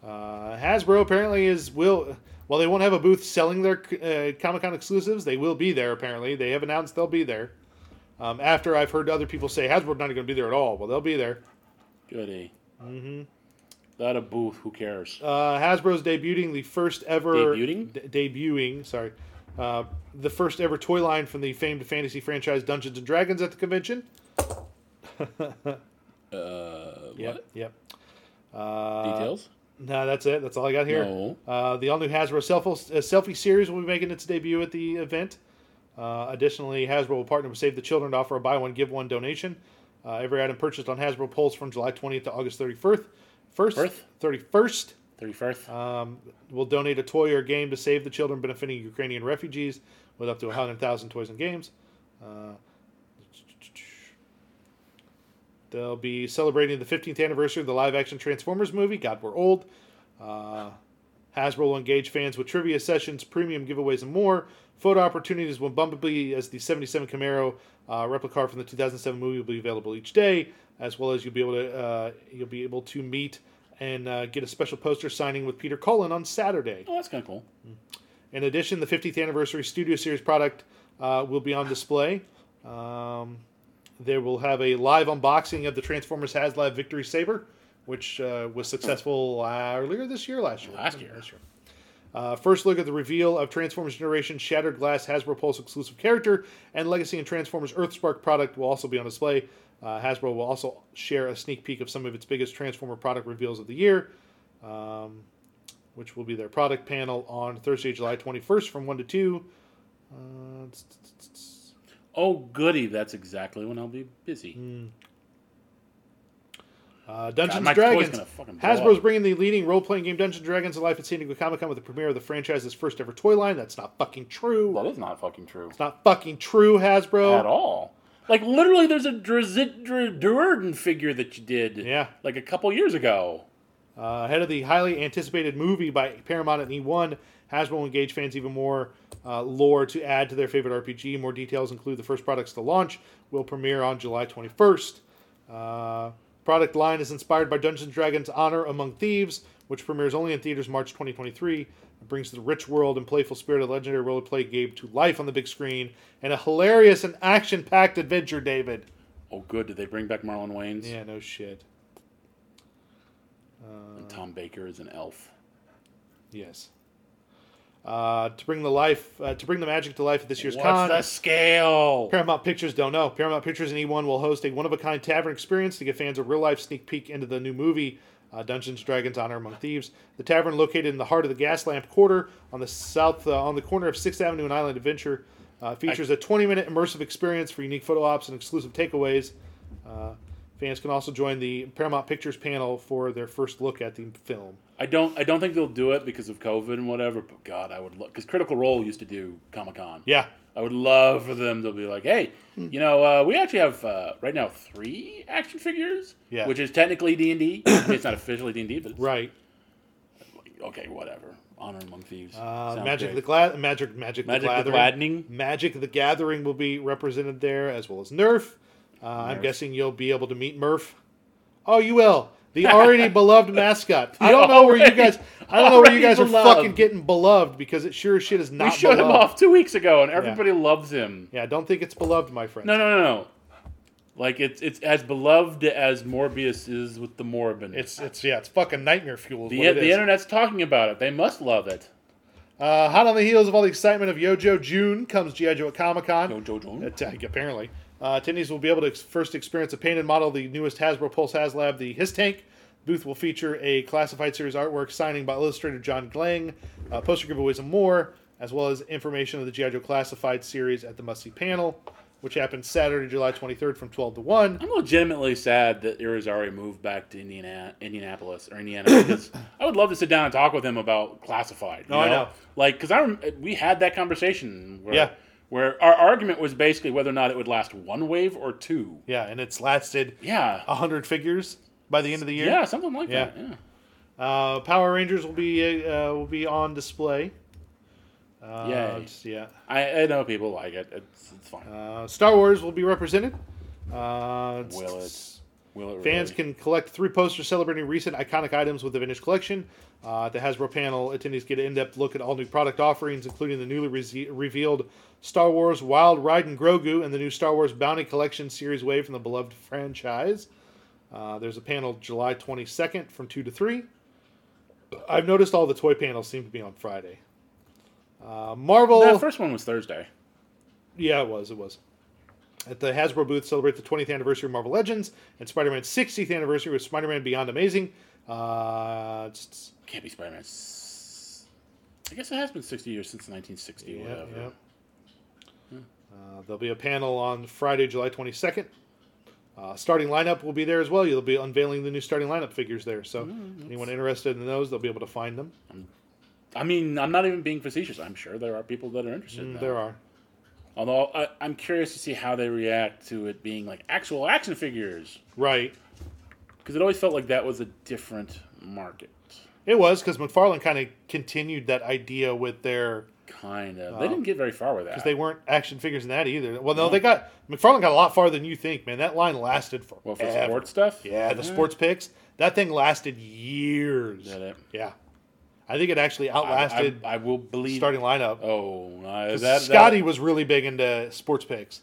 Uh, Hasbro apparently is will while they won't have a booth selling their uh, Comic Con exclusives, they will be there. Apparently, they have announced they'll be there. Um, after I've heard other people say Hasbro's not going to be there at all. Well, they'll be there.
Goody. Mm-hmm. That a booth, who cares?
Uh, Hasbro's debuting the first ever
Debuting?
d- debuting, sorry, uh, the first ever toy line from the famed fantasy franchise Dungeons and Dragons at the convention.
Uh,
Yep, yep. Uh,
what? Details?
No, that's it. That's all I got here.
No.
Uh, the all new Hasbro self- uh, selfie series will be making its debut at the event. Uh, additionally, Hasbro will partner with Save the Children to offer a buy one give one donation. Uh, every item purchased on Hasbro polls from July 20th to August 31st, first,
Firth?
31st
31st.
um, will donate a toy or a game to save the children benefiting Ukrainian refugees with up to 100,000 toys and games. Uh, they'll be celebrating the 15th anniversary of the live action Transformers movie, God We're Old. Uh, Hasbro will engage fans with trivia sessions, premium giveaways, and more. Photo opportunities when Bumblebee as the 77 Camaro uh, replica car from the 2007 movie will be available each day, as well as you'll be able to uh, you'll be able to meet and uh, get a special poster signing with Peter Cullen on Saturday.
Oh, that's kind of cool.
In addition, the 50th anniversary Studio Series product uh, will be on display. Um, they will have a live unboxing of the Transformers HasLab Victory Saber, which uh, was successful uh, earlier this year, last year.
Last year.
Uh, first look at the reveal of Transformers Generation Shattered Glass Hasbro Pulse exclusive character and Legacy and Transformers Earthspark product will also be on display. Uh, Hasbro will also share a sneak peek of some of its biggest Transformer product reveals of the year, um, which will be their product panel on Thursday, July 21st from 1 to 2. Uh, tss, tss, tss, tss.
Oh, goody. That's exactly when I'll be busy.
Mm. Uh, Dungeons
my
and
toy's
Dragons.
gonna fucking blow
Hasbro's
up.
bringing the leading role-playing game Dungeons and Dragons to life at San Diego Comic Con with the premiere of the franchise's first ever toy line. That's not fucking true.
That is not fucking true.
It's not fucking true, Hasbro.
At all. Like, literally, there's a Drizidra Durden figure that you did.
Yeah.
Like a couple years ago.
Uh, ahead of the highly anticipated movie by Paramount and E1, Hasbro will engage fans even more uh, lore to add to their favorite RPG. More details include the first products to launch will premiere on July 21st. Uh, product line is inspired by Dungeons and Dragons Honor Among Thieves, which premieres only in theaters March 2023. It brings the rich world and playful spirit of the legendary role play game to life on the big screen and a hilarious and action-packed adventure, David.
Oh, good. Did they bring back Marlon Wayans?
Yeah, no shit.
And Tom Baker is an elf.
Yes. Uh, to bring the life, uh, to bring the magic to life at this year's
What's
con,
the scale?
Paramount Pictures don't know. Paramount Pictures and E1 will host a one-of-a-kind tavern experience to give fans a real-life sneak peek into the new movie, uh, Dungeons Dragons: Honor Among Thieves. The tavern, located in the heart of the Gaslamp Quarter on the south, uh, on the corner of Sixth Avenue and Island Adventure, uh, features a 20-minute immersive experience for unique photo ops and exclusive takeaways. Uh, fans can also join the Paramount Pictures panel for their first look at the film.
I don't. I don't think they'll do it because of COVID and whatever. But God, I would look because Critical Role used to do Comic Con.
Yeah,
I would love for them to be like, hey, you know, uh, we actually have uh, right now three action figures,
Yeah.
which is technically D and D. It's not officially D and D, but it's
right.
okay, whatever. Honor among thieves.
Uh,
Sounds
Magic the
great.
Glad Magic Magic,
Magic the
the Gathering
Gladdening?
Magic the Gathering will be represented there as well as Nerf. Uh, I'm guessing you'll be able to meet Murph. Oh, you will. The already beloved mascot. I don't know where you
Already-
guys. I don't know where you
already
guys are
beloved.
fucking getting beloved because it sure as shit is not.
we showed him
beloved.
off two weeks ago, and everybody loves him.
Yeah, don't think it's beloved, my friend.
No, no, no, no. Like it's it's as beloved as Morbius is with the Morbin.
It's it's yeah, it's fucking nightmare fuel. Is
the,
what it
the
is.
internet's talking about it. They must love it.
Uh, hot on the heels of all the excitement of Yojo June comes GI Joe at Comic Con.
Jojo June.
Attack, apparently. Uh, attendees will be able to ex- first experience a painted model of the newest Hasbro Pulse HasLab, the His Tank. Booth will feature a classified series artwork signing by illustrator John Glang, uh, poster giveaways and more, as well as information of the G.I. Joe classified series at the Must See panel, which happens Saturday, July 23rd from 12 to 1.
I'm legitimately sad that Irizarry moved back to Indiana, Indianapolis or Indiana because I would love to sit down and talk with him about classified. You
No, I know.
Like, because I rem- we had that conversation. Where,
Yeah.
Where our argument was basically whether or not it would last one wave or two.
Yeah, and it's lasted
Yeah.
100 figures by the end of the year.
yeah, something like
Uh, Yeah.
that. Yeah.
Uh, Power Rangers will be uh, will be on display. Uh,
Yay.
Yeah.
I, I know people like it. It's, it's fine.
Uh, Star Wars will be represented. Uh,
Will it? Will it
Fans
really?
can collect three posters celebrating recent iconic items with the vintage collection. Uh, at the Hasbro panel, attendees get an in-depth look at all new product offerings, including the newly rese- revealed Star Wars Wild Ride and Grogu and the new Star Wars Bounty Collection series wave from the beloved franchise. Uh, there's a panel July 22nd from 2 to 3. I've noticed all the toy panels seem to be on Friday. Uh, Marvel.
That first one was Thursday.
Yeah, it was. It was. At the Hasbro booth, celebrate the 20th anniversary of Marvel Legends and Spider Man's 60th anniversary with Spider Man Beyond Amazing. Uh, just,
Can't be Spider Man. I guess it has been 60 years since 1960
yeah,
or whatever. Hmm.
yeah. Uh, there'll be a panel on Friday, July 22nd. Uh, starting lineup will be there as well. You'll be unveiling the new starting lineup figures there. So, anyone interested in those, they'll be able to find them.
Hmm, I mean, I'm not even being facetious. I'm sure there are people that are interested in
Mm,
that.
There are.
Although I, I'm curious to see how they react to it being like actual action figures,
Right.
because it always felt like that was a different market.
It was because McFarlane kind of continued that idea with their
Kind of. they didn't get very far with that.
because they weren't action figures in that either. Well, no, they got McFarlane got a lot farther than you think, man. That line lasted for
well, for sports stuff.
Yeah, the sports picks. That thing lasted years.
Did it?
Yeah, I think it actually
I- I-
outlasted
I, will believe.
starting lineup.
Oh, uh,
'Cause
that
Scotty
That,
was really big into sports picks,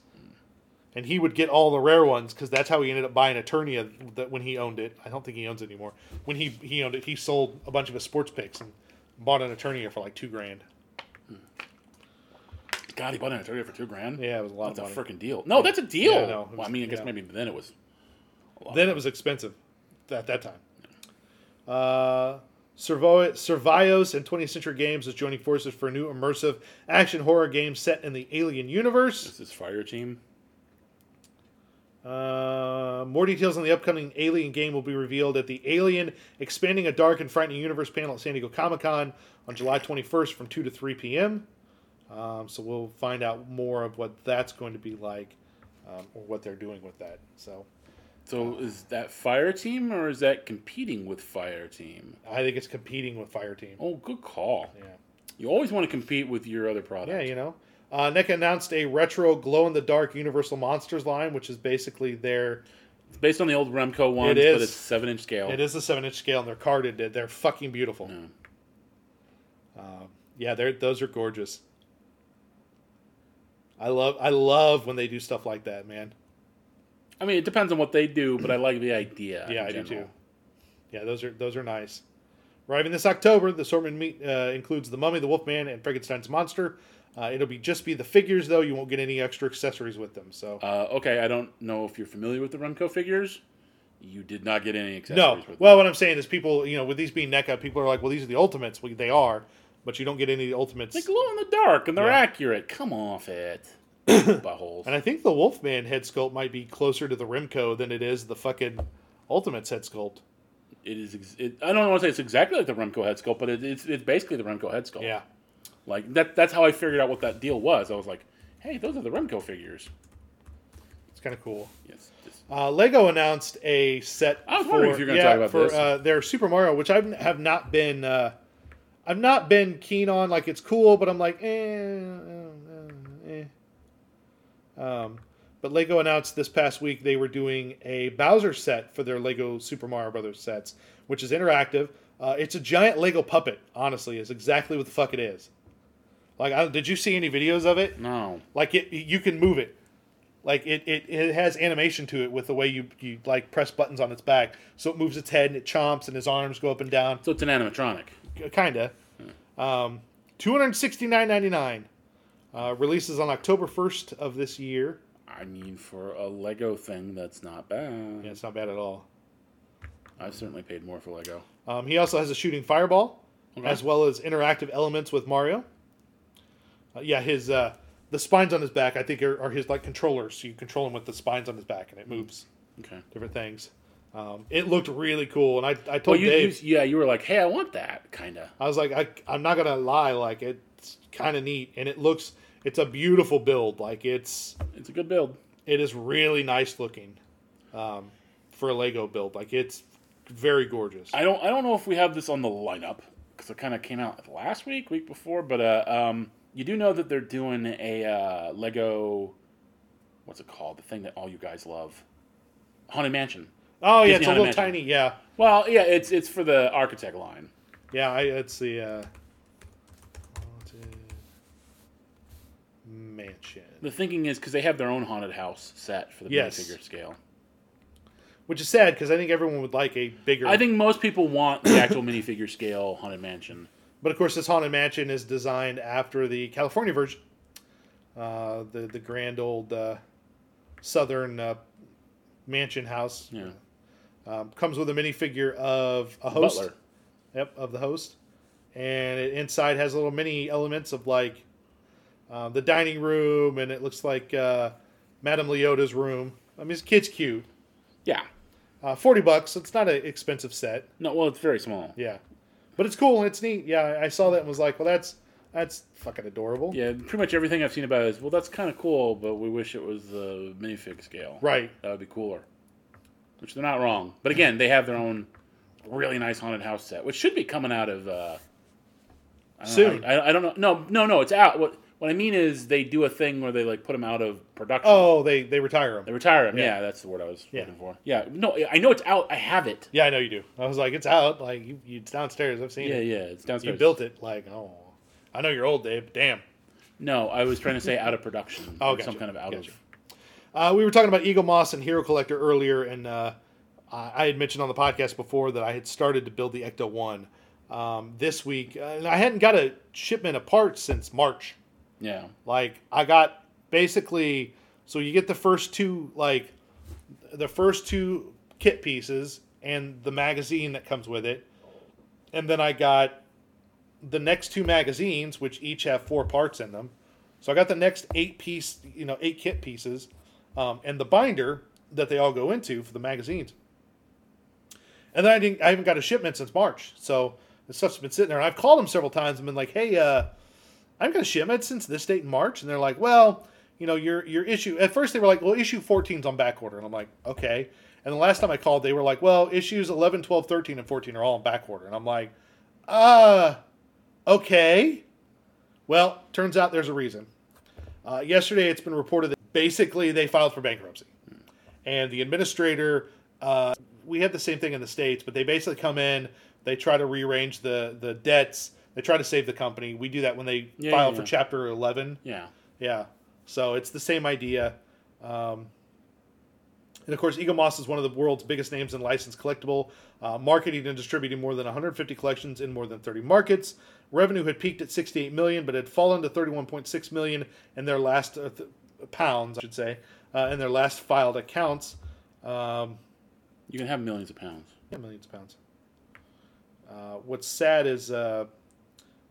and he would get all the rare ones because that's how he ended up buying Eternia that when he owned it. I don't think he owns it anymore. When he he owned it, he sold a bunch of his sports picks and bought an Eternia for like two grand.
God, he bought an Atari for two grand.
Yeah, it was a lot
That's a
of money.
freaking deal. No, that's a deal.
Yeah, I know.
well, I mean, I guess
Yeah.
maybe then it was.
Then it was expensive at that time. Uh, Servo- Servios and 20th Century Games is joining forces for a new immersive action horror game set in the Alien universe.
This is Fire Team.
Uh, more details on the upcoming Alien game will be revealed at the Alien Expanding a Dark and Frightening Universe panel at San Diego Comic Con on July 21st from 2 to 3 p.m. Um, so we'll find out more of what that's going to be like um, or what they're doing with that. So
So is that Fire Team or is that competing with Fire Team?
I think it's competing with Fireteam.
Oh, good call.
Yeah.
You always want to compete with your other product.
Yeah, you know. Uh, NECA announced a retro glow in the dark Universal Monsters line, which is basically their.
It's based on the old Remco ones,
is.
but it's seven inch scale.
It is a seven inch scale, and they're carded. They're- They're fucking beautiful.
Yeah.
Um, yeah, they're those are gorgeous. I love I love when they do stuff like that, man.
I mean, it depends on what they do, but I like the idea.
Yeah,
in
I do
general.
too. Yeah, those are those are nice. Arriving this October, the assortment meet, uh, includes the Mummy, the Wolfman, and Frankenstein's monster. Uh, it'll be just be the figures though. You won't get any extra accessories with them. So
Uh, okay, I don't know if you're familiar with the Remco figures. You did not get any accessories
No.
with them.
Well, what I'm saying is, people, you know, with these being NECA, people are like, well, these are the ultimates. Well, they are, but you don't get any of the ultimates.
They glow in the dark and they're
Yeah.
accurate. Come off it. Buttholes.
and I think the Wolfman head sculpt might be closer to the Rimco than it is the fucking Ultimates head sculpt.
It is. Ex- it, I don't want to say it's exactly like the Remco head sculpt, but it, it's, it's basically the Remco head sculpt.
Yeah.
Like that. That's how I figured out what that deal was. I was like, hey, those are the Remco figures.
It's kind of cool.
Yes. just-
Uh, Lego announced a set.
I was wondering if you were gonna talk about
for
this.
Uh, their Super Mario, which I have not been, uh, I've not been keen on. Like it's cool, but I'm like, eh, eh, eh, eh. Um, but Lego announced this past week they were doing a Bowser set for their Lego Super Mario Brothers sets, which is interactive. Uh, it's a giant Lego puppet. Honestly, is exactly what the fuck it is. Like, I, did you see any videos of it?
no.
like it you can move it like it, it, it has animation to it with the way you, you like press buttons on its back so it moves its head and it chomps and his arms go up and down
So it's an animatronic.
kinda um, 269.99 uh, releases on october 1st of this year
I mean, for a Lego thing, that's not bad.
yeah it's not bad at all
I've certainly paid more for Lego.
um, he also has a shooting fireball
Okay.
as well as interactive elements with mario uh, yeah his uh, the spines on his back i think are, are his like controllers so you control him with the spines on his back and it moves
Okay.
different things. Um, it looked really cool, and I, I told
Well, you, you,
Dave,
yeah, you were like, hey, I want that, kinda.
I was like, I, I'm not gonna lie, like it's kind of neat, and it looks, it's a beautiful build, like it's,
It's a good build.
it is really nice looking, um, for a Lego build, like it's very gorgeous.
I don't I don't know if we have this on the lineup because it kind of came out last week, week before. But uh, um, you do know that they're doing a uh, Lego, what's it called? The thing that all you guys love, Haunted Mansion.
oh yeah, it's
Disney
a little
Animation.
tiny, yeah,
Well, yeah, it's it's for the Architect line.
yeah. I, it's the uh, haunted mansion,
The thinking is because they have their own haunted house set for the
Yes.
minifigure scale.
which is sad because I think everyone would like a bigger.
I think most people want the actual minifigure scale haunted mansion.
But of course, this haunted mansion is designed after the California version, uh, the the grand old uh, southern uh, mansion house.
Yeah,
Um, comes with a minifigure of a host.
Butler.
Yep, of the host, and it, inside has little mini elements of like uh, the dining room, and it looks like uh, Madame Leota's room. I mean, this kid's cute.
Yeah.
Uh, Forty bucks. It's not an expensive set.
No, well, it's very small.
Yeah, but it's cool. It's neat. Yeah, I- I saw that and was like, well, that's that's fucking adorable.
Yeah, pretty much everything I've seen about it is well, that's kind of cool, but we wish it was the minifig scale.
Right.
That would be cooler. Which they're not wrong. But again, they have their own really nice haunted house set, which should be coming out of uh, I don't
Soon.
Know, I, I don't know. No, no, no. It's out. What what I mean is they do a thing where they like put them out of production.
Oh, they they retire
They
him.
retire him. Yeah, that's the word I was
Yeah.
looking for. Yeah. No, I know it's out. I have it.
Yeah, I know you do. I was like, it's out. Like you, you it's downstairs. I've seen
Yeah,
it.
yeah. It's downstairs.
You built it. Like oh, I know you're old, Dave. Damn.
No, I was trying to say out of production.
Oh,
Like
gotcha.
Some kind of out
Gotcha.
of.
Uh, we were talking about Eagle Moss and Hero Collector earlier, and uh, I I had mentioned on the podcast before that I had started to build the Ecto One um, this week, uh, and I hadn't got a shipment of parts since March.
Yeah.
Like I got basically, so you get the first two like the first two kit pieces and the magazine that comes with it, and then I got the next two magazines, which each have four parts in them. So I got the next eight piece, you know, eight kit pieces, um, and the binder that they all go into for the magazines. And then I didn't, I haven't got a shipment since March, so the stuff's been sitting there. And I've called them several times and been like, "Hey, uh, I haven't got a shipment since this date in March," and they're like, "Well, you know, your your issue." At first, they were like, "Well, issue 14's on back order," and I'm like, "Okay." And the last time I called, they were like, "Well, issues 11, 12, 13, and 14 are all on back order," and I'm like, "Uh, okay." Well, turns out there's a reason. Uh, yesterday, it's been reported that basically they filed for bankruptcy, and the administrator. Uh, we had the same thing in the states, but they basically come in, they try to rearrange the the debts, they try to save the company. We do that when they
Yeah,
file
yeah,
for
yeah.
Chapter Eleven.
Yeah.
Yeah. So it's the same idea. Um, and of course, Eagle Moss is one of the world's biggest names in licensed collectible, uh, marketing and distributing more than 150 collections in more than 30 markets. Revenue had peaked at 68 million, but had fallen to 31.6 million in their last uh, th- pounds, I should say, uh, in their last filed accounts. Um,
You can have millions of pounds.
yeah, millions of pounds. Uh, what's sad is, uh,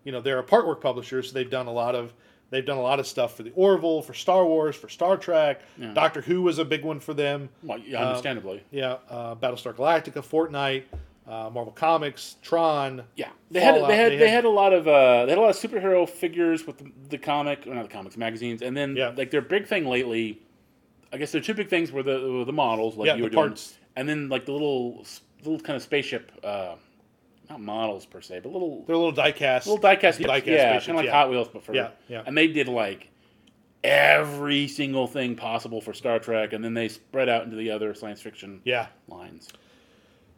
you know, they're a part work publisher, so they've done a lot of they've done a lot of stuff for the Orville, for Star Wars, for Star Trek.
Yeah.
Doctor Who was a big one for them.
Well, yeah, understandably.
Yeah, uh, Battlestar Galactica, Fortnite, uh, Marvel Comics, Tron.
Yeah, they had,
Fallout,
they had
they
they
had-
had a lot of uh, they had a lot of superhero figures with the, the comic or not the comics magazines, and then
Yeah.
like their big thing lately, I guess their two big things were the were the models like
Yeah,
you were
the
doing,
parts.
and then like the little s- little kind of spaceship, uh, not models per se, but little
They're little diecast,
little diecast,
diecast
yeah,
spaceships,
kind of like
yeah.
Hot Wheels, but for
Yeah, yeah.
and they did like every single thing possible for Star Trek, and then they spread out into the other science fiction
yeah.
lines.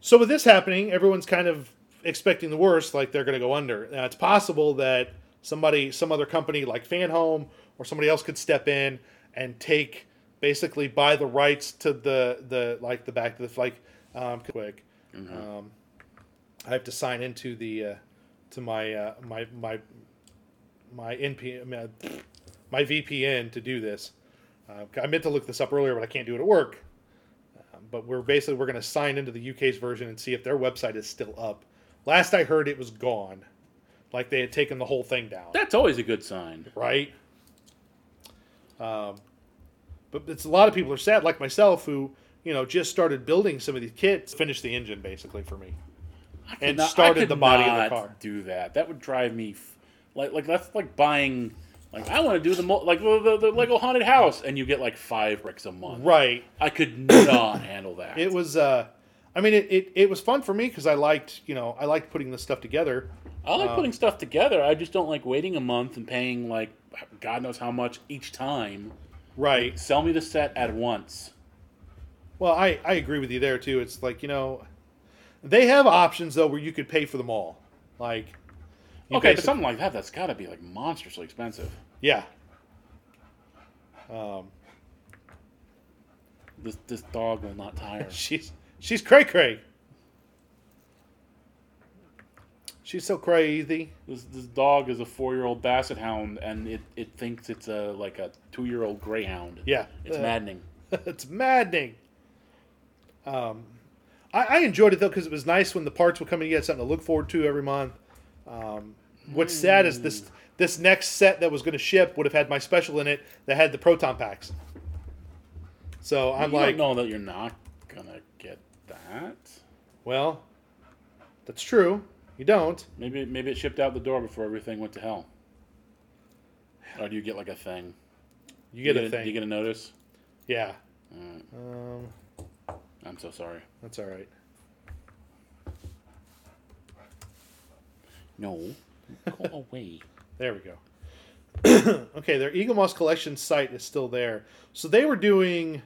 So with this happening, everyone's kind of expecting the worst, like they're going to go under. Now it's possible that somebody, some other company like FanHome or somebody else could step in and take basically buy the rights to the the like the back of the like um, quick. Um, I have to sign into the uh, to my uh, my my my NP my, uh, my VPN to do this. Uh, I meant to look this up earlier, but I can't do it at work Um, but we're basically we're going to sign into the UK's version and see if their website is still up. Last I heard, it was gone, like they had taken the whole thing down,
That's always a good sign.
right? Um, but it's a lot of people are sad, like myself, who you know just started building some of these kits, finished the engine basically for me. and
Could not- I
started
could
the body of the
not
car.
Do that. That would drive me f- like like that's like buying like I want to do the mo- like the, the, the Lego haunted house and you get like five bricks a month.
Right.
I could not handle that.
It was. Uh, I mean, it, it, it was fun for me because I liked you know I liked putting this stuff together.
I
um,
like putting stuff together. I just don't like waiting a month and paying like God knows how much each time.
Right.
Sell me the set at once.
Well, I, I agree with you there too. It's like, you know, they have options though where you could pay for them all. Like you
okay, but
basic-
something like that that's got to be like monstrously expensive.
yeah.
This this dog will not tire.
She's she's cray cray. She's so crazy.
This this dog is a four year old basset hound, and it, it thinks it's a like a two year old greyhound.
Yeah.
it's
Uh,
maddening.
it's maddening. Um, I, I enjoyed it though because it was nice when the parts were coming. You had something to look forward to every month. Um, what's sad is this this next set that was going to ship would have had my special in it that had the proton packs. So I'm
you
like,
don't know that you're not gonna get that.
well, that's true. You don't.
Maybe maybe it shipped out the door before everything went to hell. Or do you get like a thing?
You get
you
a
get
thing.
You get a notice.
yeah,
Alright,
um,
I'm so sorry.
that's all right.
No. Go away.
There we go. okay, their Eagle Moss collection site is still there. So they were doing.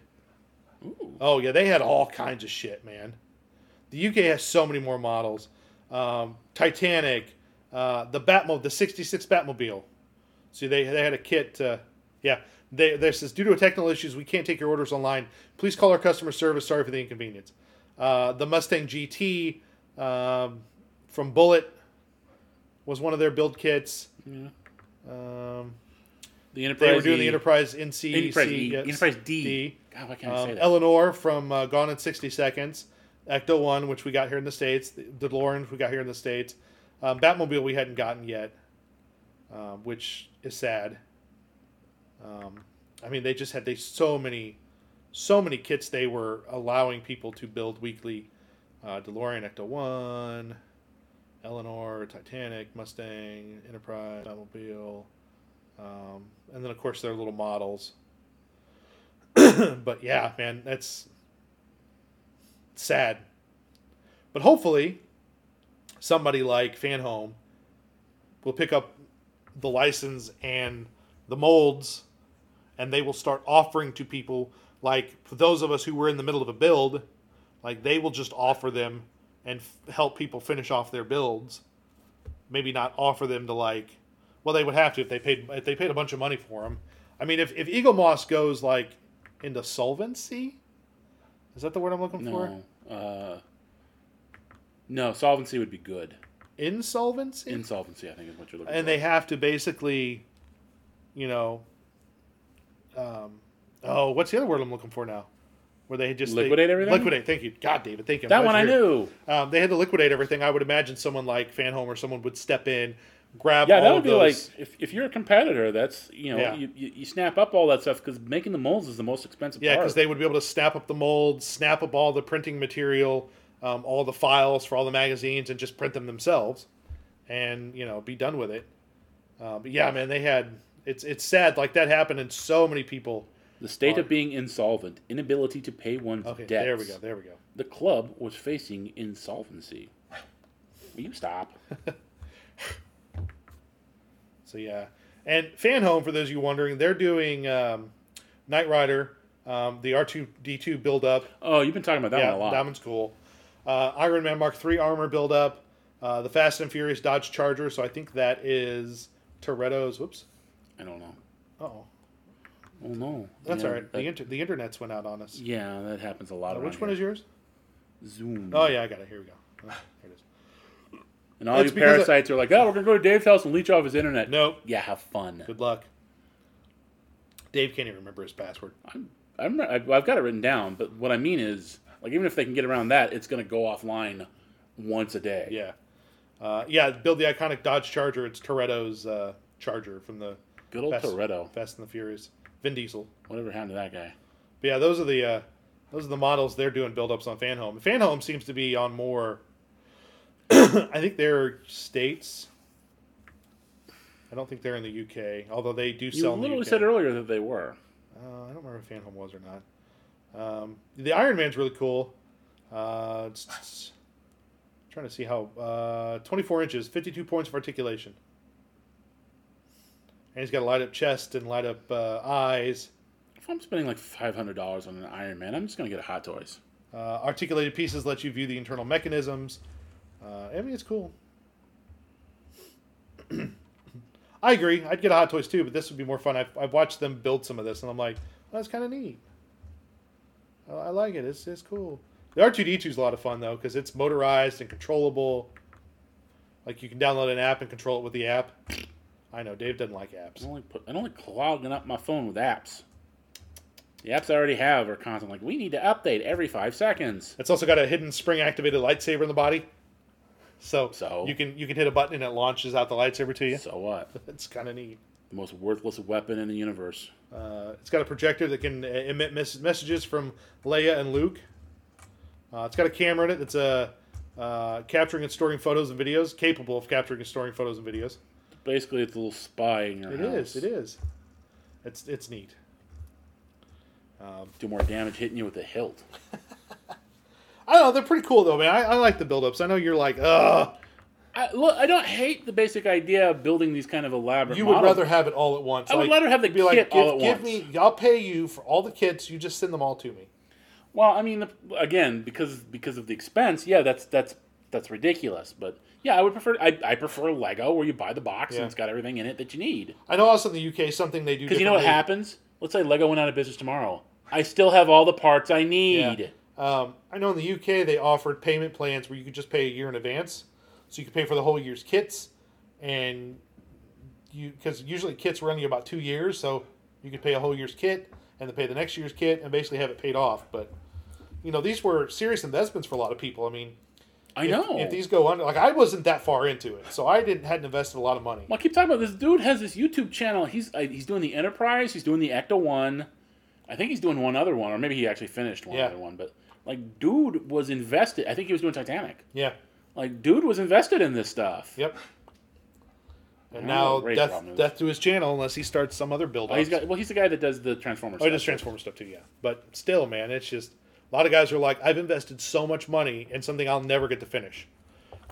Oh yeah, they had all kinds of shit, man. The UK has so many more models. Um, Titanic, uh, the Batmobile, the '66 Batmobile. See, they they had a kit. Uh, yeah, they they says due to technical issues, we can't take your orders online. Please call our customer service. Sorry for the inconvenience. Uh, the Mustang GT um, from Bullet was one of their build kits.
Yeah.
Um,
The Enterprise.
they were doing
E.
the Enterprise NC.
Enterprise, e.
yes,
Enterprise D. God, why can't I say
Um,
that?
Eleanor from uh, Gone in 60 Seconds. Ecto 1, which we got here in the States. The DeLorean, we got here in the States. Um, Batmobile, we hadn't gotten yet, um, which is sad. Um, I mean, they just had they so many, so many kits they were allowing people to build weekly. Uh, DeLorean, Ecto 1, Eleanor, Titanic, Mustang, Enterprise, Batmobile. Um, and then, of course, their little models. but yeah, man, that's sad. But hopefully, somebody like Fanhome will pick up the license and the molds, and they will start offering to people. Like for those of us who were in the middle of a build, like they will just offer them and f- help people finish off their builds. Maybe not offer them to like. Well, they would have to if they paid if they paid a bunch of money for them. I mean, if if Eagle Moss goes like into solvency, is that the word I'm looking for?
no. Uh, no, solvency would be good.
Insolvency.
Insolvency, I think, is what you're looking
and
for.
they have to basically, you know, um, oh, what's the other word I'm looking for now? Where they just they-
Liquidate everything?
Liquidate. Thank you, God, David. Thank you. I'm
that
glad
one I
you're here.
knew.
Um, they had to liquidate everything. I would imagine someone like Fanhome or someone would step in, grab.
Yeah,
all
that
of
would be
those.
like if, if you're a competitor, that's you know
Yeah.
you, you, you snap up all that stuff because making the molds is the most expensive.
Yeah, because
part.
they would be able to snap up the molds, snap up all the printing material, um, all the files for all the magazines, and just print them themselves, and you know, be done with it. Um, but yeah, man, they had. It's it's sad like that happened, and so many people.
the state of being insolvent, inability to pay one's
Okay,
debts.
there we go. There we go.
The club was facing insolvency. Will you stop?
So yeah, and Fan Home for those of you wondering, they're doing um, Knight Rider, um, the R two D two build up.
Oh, you've been talking about that
yeah,
one a lot.
that one's cool. Uh, Iron Man Mark three armor build up. Uh, the Fast and Furious Dodge Charger. So I think that is Toretto's. Whoops.
I don't know.
Oh,
Oh no,
that's
Yeah,
all right.
that-
the inter- the internet's went out on us.
yeah, that happens a lot.
Uh,
around
which one
here.
is yours?
Zoom?
Oh yeah, I got it. Here we go. Oh, here it is.
and all you
It's because I-
parasites are like, oh, we're gonna go to Dave's house and leech off his internet.
Nope.
Yeah, have fun.
Good luck. Dave can't even remember his password.
I'm, I'm, I've I've got it written down, but what I mean is, like, even if they can get around that, it's going to go offline once a day.
Yeah. Uh, yeah, build the iconic Dodge Charger. It's Toretto's uh, Charger from the
Good old
Fast,
Toretto.
Fast and the Furious, Vin Diesel.
Whatever happened to that guy?
But yeah, those are the uh, those are the models they're doing build ups on Fanhome. Fanhome seems to be on more. I think they're states. I don't think they're in the UK, although they do
You
sell. in the
literally
UK.
said earlier that they were.
Uh, I don't remember if Phantom was or not. Um, the Iron Man's really cool. Uh, it's, it's- trying to see how uh, 24 inches, 52 points of articulation, and he's got a light up chest and light up uh, eyes.
If I'm spending like five hundred dollars on an Iron Man, I'm just going to get a Hot Toys.
Uh, articulated pieces let you view the internal mechanisms. Uh, I mean, it's cool. I agree. I'd get a Hot Toys too, but this would be more fun. I've, I've watched them build some of this, and I'm like, "Oh, that's kind of neat. I, I like it. It's, it's cool. The R2D2 is a lot of fun, though, because it's motorized and controllable. Like, you can download an app and control it with the app. I know, Dave doesn't like
I
apps.
only put, I'm only clogging up my phone with apps. The apps I already have are constant. Like we need to update every five seconds.
It's also got a hidden spring activated lightsaber in the body. So,
So?
you can you can hit a button and it launches out the lightsaber to you.
So what?
It's kind of neat.
The most worthless weapon in the universe.
Uh, it's got a projector that can uh, emit mes- messages from Leia and Luke. Uh, it's got a camera in it that's uh, uh, capturing and storing photos and videos, capable of capturing and storing photos and videos.
Basically, it's a little spy in your
It
house.
is. It is. It's it's neat. Um,
Do more damage hitting you with a hilt.
I don't know. They're pretty cool though, man. I, I like the build-ups. I know you're like, ugh,
I, look, I don't hate the basic idea of building these kind of elaborate.
You would
models.
rather have it all at once.
I would rather have the
be like,
kit
give,
all at
give
once."
me, I'll pay you for all the kits. You just send them all to me.
Well, I mean, the- again, because because of the expense, yeah, that's that's that's ridiculous. But yeah, I would prefer I, I prefer Lego where you buy the box
Yeah.
and it's got everything in it that you need.
I know also in the UK something they do
Because you know what
differently.
happens? Let's say Lego went out of business tomorrow. I still have all the parts I need.
Um, I know in the UK they offered payment plans where you could just pay a year in advance, so you could pay for the whole year's kits, and you because usually kits run you about two years, so you could pay a whole year's kit and then pay the next year's kit and basically have it paid off. But you know these were serious investments for a lot of people. I mean,
I
if,
know.
if these go under, like I wasn't that far into it, so I didn't hadn't invested a lot of money.
Well, I keep talking about this dude has this YouTube channel. He's uh, he's doing the Enterprise. He's doing the Ecto One. I think he's doing one other one, or maybe he actually finished one
Yeah.
other one. But like, dude was invested. I think he was doing Titanic.
Yeah,
Like, dude was invested in this stuff.
yep. And
Oh,
now
great
death,
problem is-
death to his channel unless he starts some other build.
Oh, he's got. Well, he's the guy that does the Transformers.
Oh, it is
stuff.
Transformer stuff too, yeah. But still, man, it's just a lot of guys are like, I've invested so much money in something I'll never get to finish.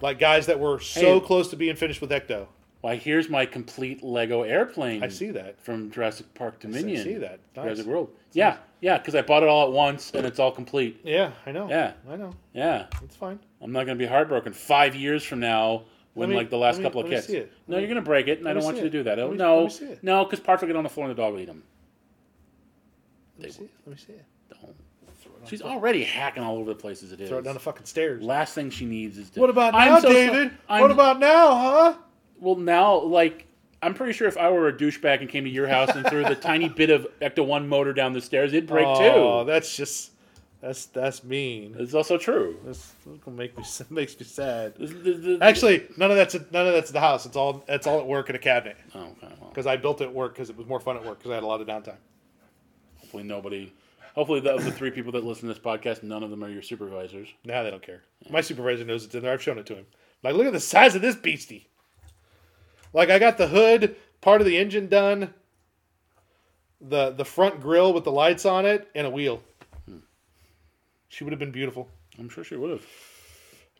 Like guys that were so
Hey.
close to being finished with Ecto.
Why? Here's my complete Lego airplane.
I see that.
from Jurassic Park Dominion.
see that. Nice.
Jurassic World. Yeah, yeah. Because I bought it all at once and it's all complete.
Yeah, I know.
Yeah.
I know.
Yeah.
It's fine.
I'm not going to be heartbroken five years from now
Let
when
me-
like the last
let me-
couple of
let me
kits.
see it.
No, you're going to break it, and I
me
don't want
see
you to
it.
do that.
Let
Oh
me-
no,
let me see it.
no, because parts will get on the floor and the dog will eat them.
Let me see it. Let me see it.
Don't. She's already hacking all over the place as it is.
Throw it down the fucking stairs.
Last thing she needs is. To,
What about
I'm
now,
so so-
David?
I'm-
What about now, huh?
Well, now, like, I'm pretty sure if I were a douchebag and came to your house and threw the tiny bit of Ecto One motor down the stairs, it'd break
Oh,
too.
that's just that's that's mean.
It's also true.
That's, that's gonna make me makes me sad.
This- this- this-
Actually, none of that's none of that's the house. It's all it's all at work in a cabinet.
Oh, okay, well,
because I built it at work because it was more fun at work because I had a lot of downtime.
hopefully nobody. Hopefully, the, of the three people that listen to this podcast, none of them are your supervisors.
Now they don't care. My supervisor knows it's in there. I've shown it to him. Like, look at the size of this beastie. Like, I got the hood, part of the engine done, the the front grill with the lights on it, and a wheel. She would have been beautiful.
I'm sure she would have.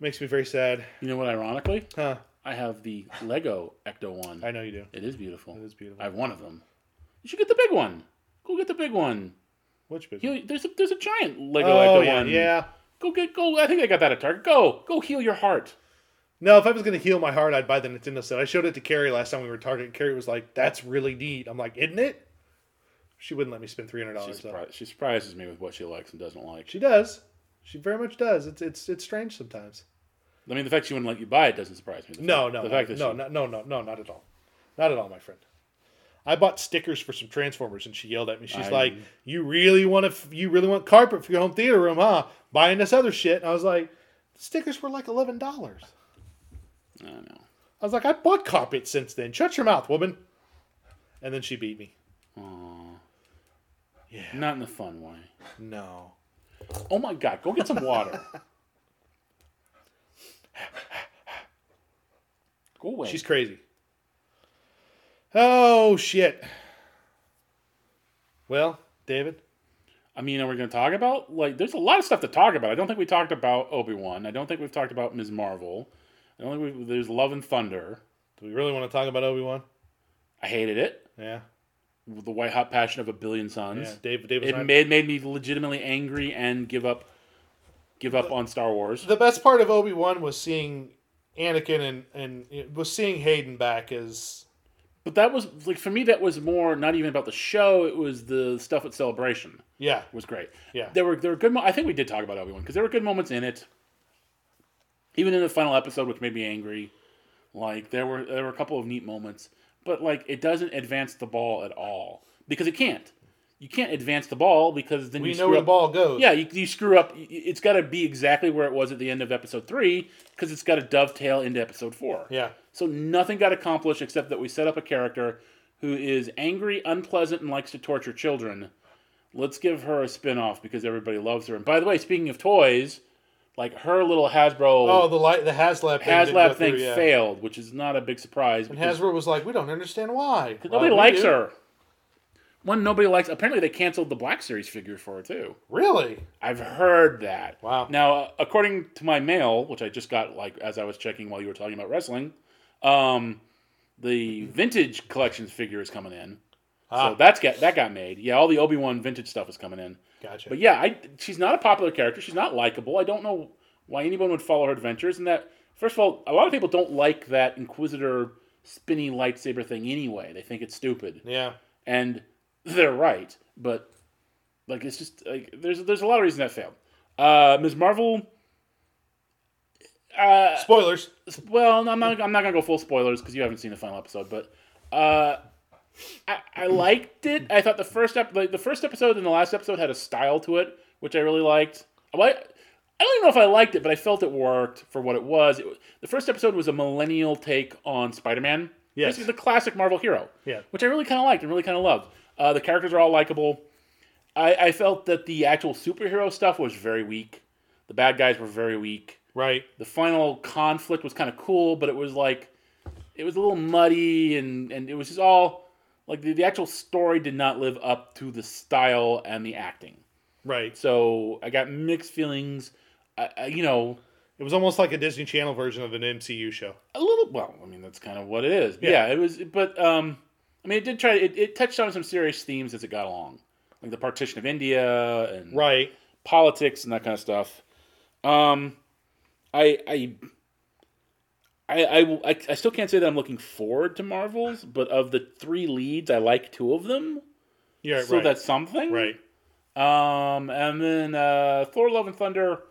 Makes me very sad.
You know what? Ironically,
Huh?
I have the Lego Ecto One.
I know you do.
It is beautiful. It
is beautiful.
I have one of them. You should get the big one. Go get the big one.
Which bit?
You know, there's a there's a giant Lego
Oh
Ecto
yeah,
One.
yeah.
Go get go. I think I got that at Target. Go go heal your heart.
No, if I was gonna heal my heart, I'd buy the Nintendo set. I showed it to Carrie last time we were targeting. Carrie was like, "That's really neat." I'm like, "Isn't it?" She wouldn't let me spend three hundred
She,
dollars.
surpri- she surprises me with what she likes and doesn't like.
She does. She very much does. It's it's it's strange sometimes.
I mean, the fact she wouldn't let you buy it doesn't surprise me. The
No,
fact-
no,
the fact that
no,
she,
no, no, no, no, not at all, not at all, my friend. I bought stickers for some Transformers, and she yelled at me. She's
I-
like, "You really want to? F- you really want carpet for your home theater room, huh? Buying this other shit?" And I was like, "Stickers were like eleven dollars."
I know.
I was like, "I bought carpet since then. Shut your mouth, woman." And then she beat me.
Not in the fun way.
No.
Oh my god, go get some water. go away.
She's crazy. Oh shit. Well, David.
I mean, are we going to talk about like? There's a lot of stuff to talk about. I don't think we talked about Obi Wan. I don't think we've talked about Ms. Marvel. I don't think we there's Love and Thunder.
Do we really want to talk about Obi Wan?
I hated it.
Yeah.
The white hot passion of a billion suns.
Yeah. Dave, Dave was
it
not-
made made me legitimately angry and give up, give up on Star Wars.
the best part of Obi Wan was seeing Anakin and and it was seeing Hayden back as
But that was like for me. That was more not even about the show. It was the stuff at Celebration.
yeah
was great.
Yeah.
there were there were good. Mo- I think we did talk about Obi Wan because there were good moments in it. Even in the final episode, which made me angry, like there were there were a couple of neat moments, but like it doesn't advance the ball at all because it can't. You can't advance the ball because then
we
you
know
screw
where the
up-
ball goes.
Yeah, you, you screw up. y- y- It's got to be exactly where it was at the end of episode three because it's got to dovetail into episode four.
yeah.
So nothing got accomplished except that we set up a character who is angry, unpleasant, and likes to torture children. Let's give her a spin-off because everybody loves her. And by the way, speaking of toys, like her little Hasbro
Oh, the light, the HasLab thing didn't go
HasLab thing
through, yeah.
failed, which is not a big surprise
And
because
Hasbro was like, we don't understand why.
nobody
Well, we
likes
do.
her. one nobody likes. Apparently, they canceled the Black Series figure for her too.
Really?
I've heard that.
Wow.
Now, uh, according to my mail, which I just got like as I was checking while you were talking about wrestling, um, the vintage collections figure is coming in.
Ah.
So that's got that got made. Yeah, all the Obi Wan vintage stuff is coming in.
Gotcha.
But yeah, I she's not a popular character. She's not likable. I don't know why anyone would follow her adventures. And that first of all, a lot of people don't like that Inquisitor spinny lightsaber thing anyway. They think it's stupid
yeah.
and they're right. But like, it's just like there's there's a lot of reasons that failed. Uh, Ms. Marvel. Uh,
Spoilers.
s- well, I'm not I'm not gonna go full spoilers because you haven't seen the final episode, but uh, I, I liked it. I thought the first ep- like, the first episode and the last episode had a style to it, which I really liked. Well, I, I don't even know if I liked it, but I felt it worked for what it was. It, wa- the first episode was a millennial take on Spider-Man.
Yes.
Basically the classic Marvel hero.
Yeah.
which I really kind of liked and really kind of loved. Uh, the characters are all likable. I, I felt that the actual superhero stuff was very weak. The bad guys were very weak
Right.
the final conflict was kind of cool, but it was like it was a little muddy and and it was just all like the, the actual story did not live up to the style and the acting.
Right.
So I got mixed feelings. I, I, you know,
It was almost like a Disney Channel version of an MCU show.
a little. Well, I mean that's kind of what it is. But
Yeah.
yeah. it was. But um, I mean, it did try. It, it touched on some serious themes as it got along, like the partition of India and
Right.
politics and that kind of stuff. Um, I, I, I, I, I still can't say that I'm looking forward to Marvels, but of the three leads, I like two of them,
Yeah.
so
right.
that's something.
right.
Um, and then uh, Thor: Love and Thunder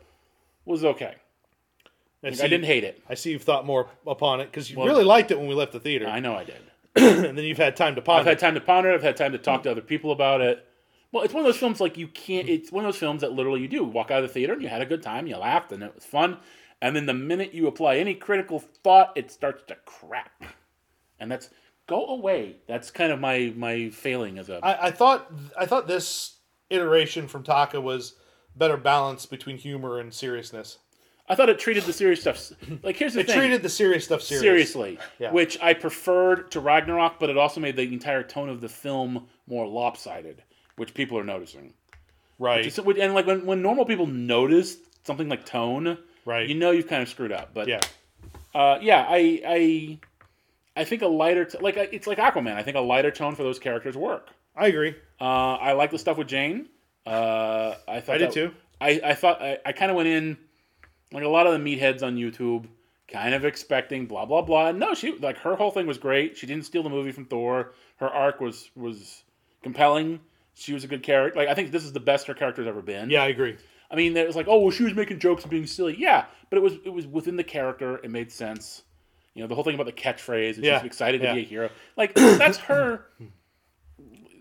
was okay.
I,
Like,
see,
I didn't hate it.
I see you've thought more upon it because you
Well-
really liked it when we left the theater,
I know I did.
and then you've had time to
I've
ponder.
had time to ponder. it. I've had time to talk to other people about it. Well, it's one of those films like you can't. It's one of those films that literally you do walk out of the theater and you had a good time, you laughed, and it was fun. And then the minute you apply any critical thought, it starts to crack. And that's go away. That's kind of my my failing as a.
I, I thought I thought this iteration from Taka was better balanced between humor and seriousness.
I thought it treated the serious stuff s- like here's the
It
thing.
treated the serious stuff serious.
seriously,
Yeah.
which I preferred to Ragnarok, but it also made the entire tone of the film more lopsided, which people are noticing.
Right.
Just- and like when, when normal people notice something like tone,
Right.
You know you've kind of screwed up. But
Yeah.
uh, yeah, I I I think a lighter t- like it's like Aquaman. I think a lighter tone for those characters work.
I agree.
Uh, I like the stuff with Jane. Uh, I thought
I did
that-
too.
I, I thought I, I kind of went in like a lot of the meatheads on YouTube, kind of expecting blah blah blah. No, she like her whole thing was great. She didn't steal the movie from Thor. Her arc was was compelling. She was a good character. Like I think this is the best her character's ever been.
Yeah, I agree.
I mean, it was like, oh, well, she was making jokes and being silly. Yeah, but it was it was within the character. It made sense. You know, the whole thing about the catchphrase. And
Yeah,
She's excited
yeah.
to be a hero. Like that's her.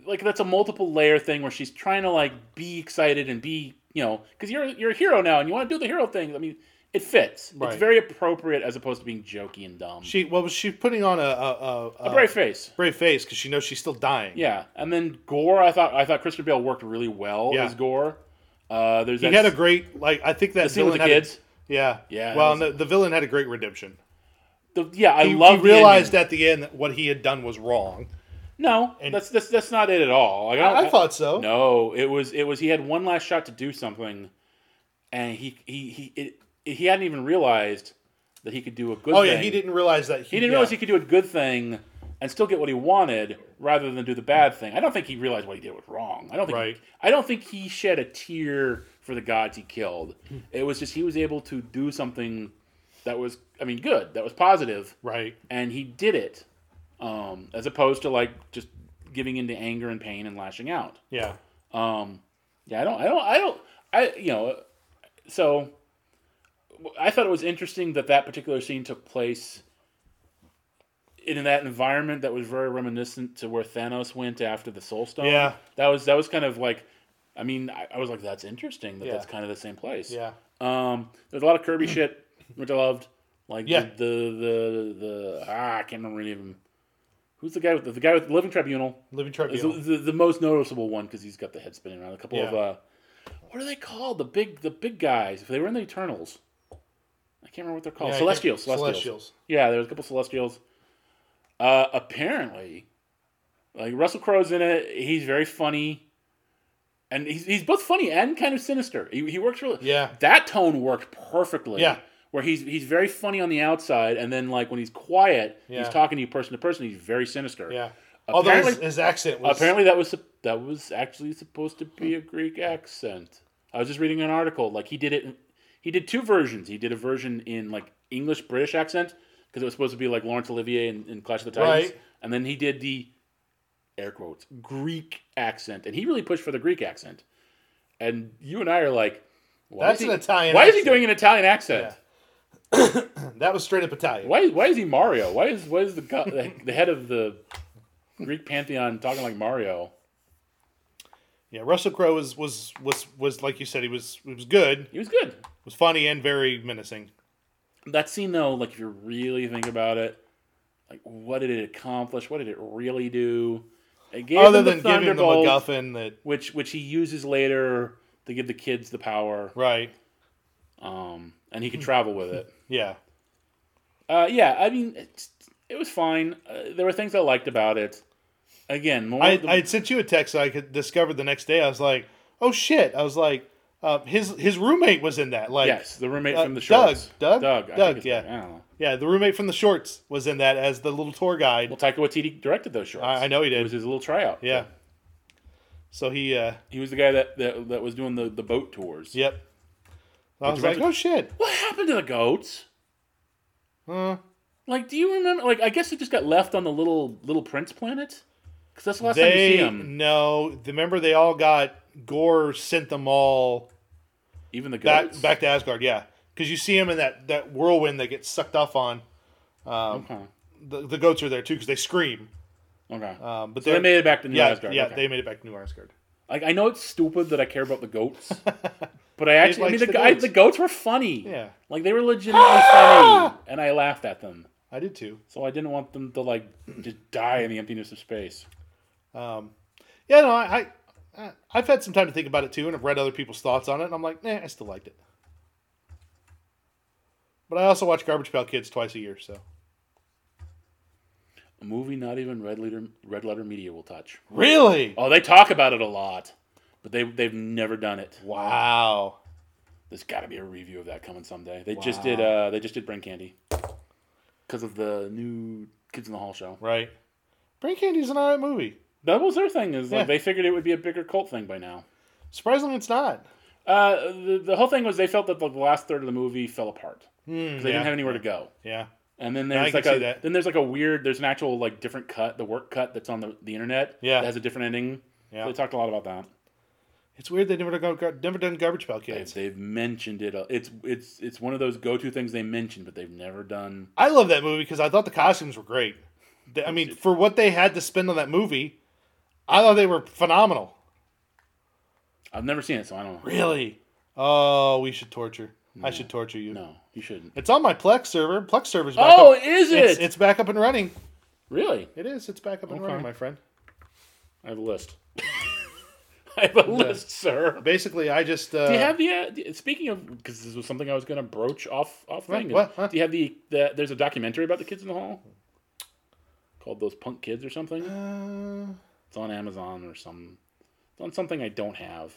Like that's a multiple layer thing where she's trying to like be excited and be you know because you're you're a hero now and you want to do the hero thing. I mean, it fits.
Right.
It's very appropriate as opposed to being jokey and dumb.
She uh, well, was she putting on a a, a,
a brave face.
brave face because she knows she's still dying.
Yeah, and then Gore. I thought I thought Christian Bale worked really well
Yeah.
as Gore. Uh, there's
He
that
had a
s-
great like I think that
the scene with the
villain had a-
kids.
yeah.
Yeah,
Well,
that was-
no, the villain had a great redemption.
The- yeah, I
He,
love
he realized at the end that what he had done was wrong.
No,
And-
that's that's that's not it at all. Like,
I,
don't-
thought so.
no, it was it was he had one last shot to do something, and he he he it, he hadn't even realized that he could do a good.
Oh yeah,
thing.
he didn't realize that.
He didn't
yeah.
realize he could do a good thing and still get what he wanted, rather than do the bad thing. I don't think he realized what he did was wrong. I don't think.
Right.
I don't think he shed a tear for the gods he killed.
Hmm.
It was just he was able to do something that was, I mean, good. That was positive
Right.
and he did it um, as opposed to like just giving into anger and pain and lashing out
Yeah.
um, yeah i don't i don't i don't i you know so i thought it was interesting that that particular scene took place in that environment that was very reminiscent to where thanos went after the soul stone
Yeah.
that was that was kind of like i mean i, I was like that's interesting that
Yeah.
that's kind of the same place
Yeah.
um, there's a lot of Kirby shit, which I loved. Like
Yeah.
the, the the the ah, I can't remember any of them. Who's the guy with the, the guy with the Living Tribunal?
Living
Is the,
Tribunal.
the, the most noticeable one because he's got the head spinning around. A couple of
Yeah.
uh, what are they called? The big the big guys. If they were in the Eternals, I can't remember what they're called.
Yeah, I
Celestials,
can't-
Celestials. Yeah, there was a couple Celestials. Uh, apparently, Like Russell Crowe's in it. He's very funny, and he's he's both funny and kind of sinister. He, he works really
Yeah.
That tone worked perfectly.
Yeah.
Where he's he's very funny on the outside, and then like when he's quiet,
Yeah.
he's talking to you person to person. He's very sinister.
Yeah. Although his,
Apparently-
his accent was
Apparently that was sup- that was actually supposed to be a Greek accent. I was just reading an article like he did it. in- He did two versions. He did a version in like English British accent because it was supposed to be like Laurence Olivier in, in Clash of the Titans,
Right.
and then he did the air quotes Greek accent, and he really pushed for the Greek accent. And you and I are like, why
That's
is he,
an Italian
Why is he
accent.
doing an Italian accent?
Yeah. that was straight up Italian.
Why, why is he Mario? Why is why is the, go- the the head of the Greek pantheon talking like Mario?
Yeah, Russell Crowe was was was was like you said, he was he was good,
He was good.
was funny and very menacing.
That scene, though, like if you really think about it, like what did it accomplish? What did it really do? It gave
Other
him the
than giving the
Thunderbolt,
MacGuffin that
which which he uses later to give the kids the power,
right,
um,
Hmm.
and he can travel with it.
yeah,
Uh, yeah, I mean, it's, it was fine. Uh, there were things I liked about it. Again, more
I
of the-
I had sent you a text that I could discover the next day. I was like, oh shit! I was like, uh, his his roommate was in that. Like,
yes, the roommate
uh,
from the
Doug,
shorts,
Doug?
Doug, I think
Doug,
it's
yeah.
I don't know.
yeah, the roommate from the shorts was in that as the little tour guide.
Well, Taika Waititi directed those shorts.
I, I know he
it
did.
was his little tryout.
yeah. So he, uh,
he was the guy that that, that was doing the the boat tours.
yep. I was like,
eventually-
oh shit!
What happened to the goats?
Huh.
Like, do you remember? Like, I guess it just got left on the little little prince planet. Because that's the last time you
They
see him.
no. Remember, they all got Gore sent them all
Even the goats.
back back to Asgard. Yeah, because you see him in that that whirlwind that gets sucked off on.
okay.
The, the goats are there too because they scream.
Okay.
Um, but
so they
they're-
made it back to New
yeah,
Asgard.
yeah,
okay.
they made it back to New Asgard.
Like, I know it's stupid that I care about the goats, but I actually, I
likes
mean, the,
the
guy,
goats.
the goats were funny.
Yeah.
Like they were legitimately funny, and I laughed at them.
I did too.
So I didn't want them to like just die in the emptiness of space.
Um, Yeah, no, I, I- I I've had some time to think about it too, and I've read other people's thoughts on it, and I'm like, nah, I still liked it. But I also watch Garbage Pail Kids twice a year, so
A movie not even Red Letter Red Letter Media will touch.
really,
Oh, they talk about it a lot, but they they've never done it.
wow,
There's got to be a review of that coming someday. They just did. Uh, they just did Brain Candy because of the new Kids in the Hall show.
right? Brain Candy's an alright movie.
That was their thing. Is like
Yeah.
they figured it would be a bigger cult thing by now.
Surprisingly, it's not.
Uh, the, the whole thing was they felt that the last third of the movie fell apart because they
Hmm, yeah.
didn't have anywhere to go.
Yeah,
And then
I
there's
can
like
see
a
that.
then there's like a weird there's an actual like different cut the work cut that's on the, the internet
Yeah.
that has a different ending.
Yeah.
So they talked a lot about that.
it's weird they never done, gar- never done Garbage Pail Kids.
They've, they've mentioned it. a- It's it's it's one of those go to things they mention, but they've never done.
I love that movie because I thought the costumes were great. They- I mean, for what they had to spend on that movie, I thought they were phenomenal.
I've never seen it, so I don't know.
Really? Oh, we should torture. I should torture you.
No, you shouldn't.
It's on my Plex server. Plex server's back
Oh,
up.
is it?
It's, it's back up and running.
really?
It is. It's back up and
Okay.
running, my friend.
I have a list. I have a list, sir.
Basically, I just uh,
Do you have the? Uh, d- speaking of, because this was something I was going to broach off off
Right,
thing.
what, huh?
Do you have the, the? There's a documentary about the kids in the hall called "Those Punk Kids" or something.
uh,
It's on Amazon or some. It's on something I don't have.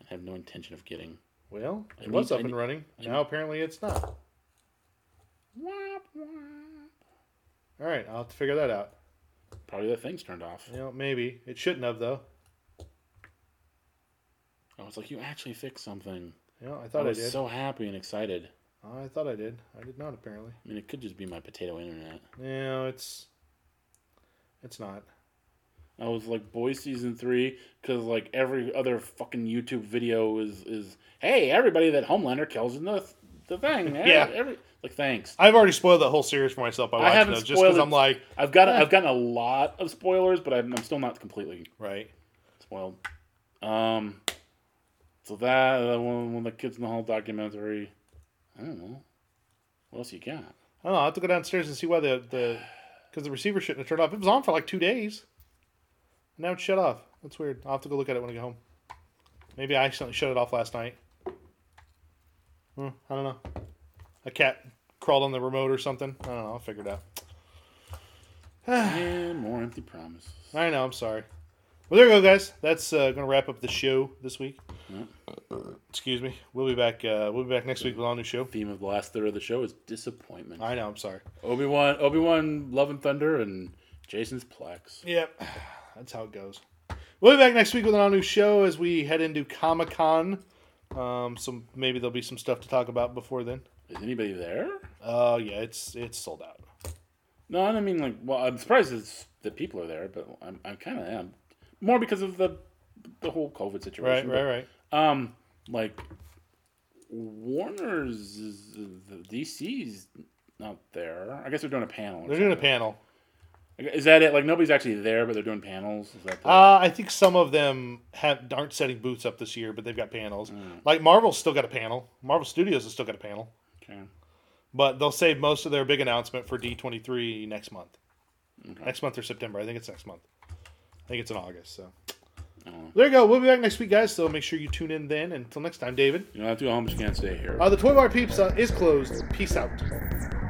I have no intention of getting.
well, it
need-
was up
I
and
need-
running. now apparently it's not. All right, I'll have to figure that out.
Probably that thing's turned off.
You know, maybe it shouldn't have though.
I was like, you actually fixed something.
You know, I
I
thought I,
was
Oh, did.
so happy and excited.
I thought I did. I did not apparently.
I mean, it could just be my potato internet.
No, it's it's not.
I was like, boy, season three, because like every other fucking YouTube video is is hey, everybody that Homelander kills in the the thing.
Yeah.
every- like thanks.
I've already spoiled that whole series for myself by
I
watching
haven't
those, just
spoiled
because
it.
I'm like,
I've got I've gotten a lot of spoilers, but I'm, I'm still not completely
right?
spoiled. Um, so that that one, one of the kids in the hall documentary. I don't know. What else you got?
I don't know. I will have to go downstairs and see why the the because the receiver shouldn't have turned off. It was on for like two days. And now it's shut off. That's weird. I'll have to go look at it when I get home. Maybe I accidentally shut it off last night. Hmm, I don't know. A cat crawled on the remote or something. I don't know. I'll figure it out.
and more empty promises.
I know. I'm sorry. Well, there you go, guys. That's uh, going to wrap up the show this week. Excuse me. We'll be back. Uh, we'll be back next week with all new show.
Theme of the last third of the show is disappointment.
I know. I'm sorry.
Obi Wan, Obi Wan, Love and Thunder, and Jason's Plex.
Yep. That's how it goes. We'll be back next week with an all new show as we head into Comic Con. Um, some maybe there'll be some stuff to talk about before then.
Is anybody there?
Uh, yeah, it's it's sold out.
No, I don't mean like. Well, I'm surprised it's, that people are there, but I'm, I'm kind of am more because of the the whole COVID
Right,
situation.
right, right.
right. Um, like Warner's is, the DC's not there. I guess they're doing a panel. or
They're doing a
something.
panel.
Is that it? Like nobody's actually there, but they're doing panels. Is that the,
Uh, I think some of them have aren't setting booths up this year, but they've got panels. Like Marvel's still got a panel. Marvel Studios has still got a panel,
okay.
but they'll save most of their big announcement for D23 next month. Next month or September. I think it's next month. I think it's in August. So there you go. We'll be back next week, guys. So make sure you tune in then. Until next time, David.
You know, I have to go home. Just can't stay here.
Uh, the Toy Bar Peeps uh, is closed. Peace out.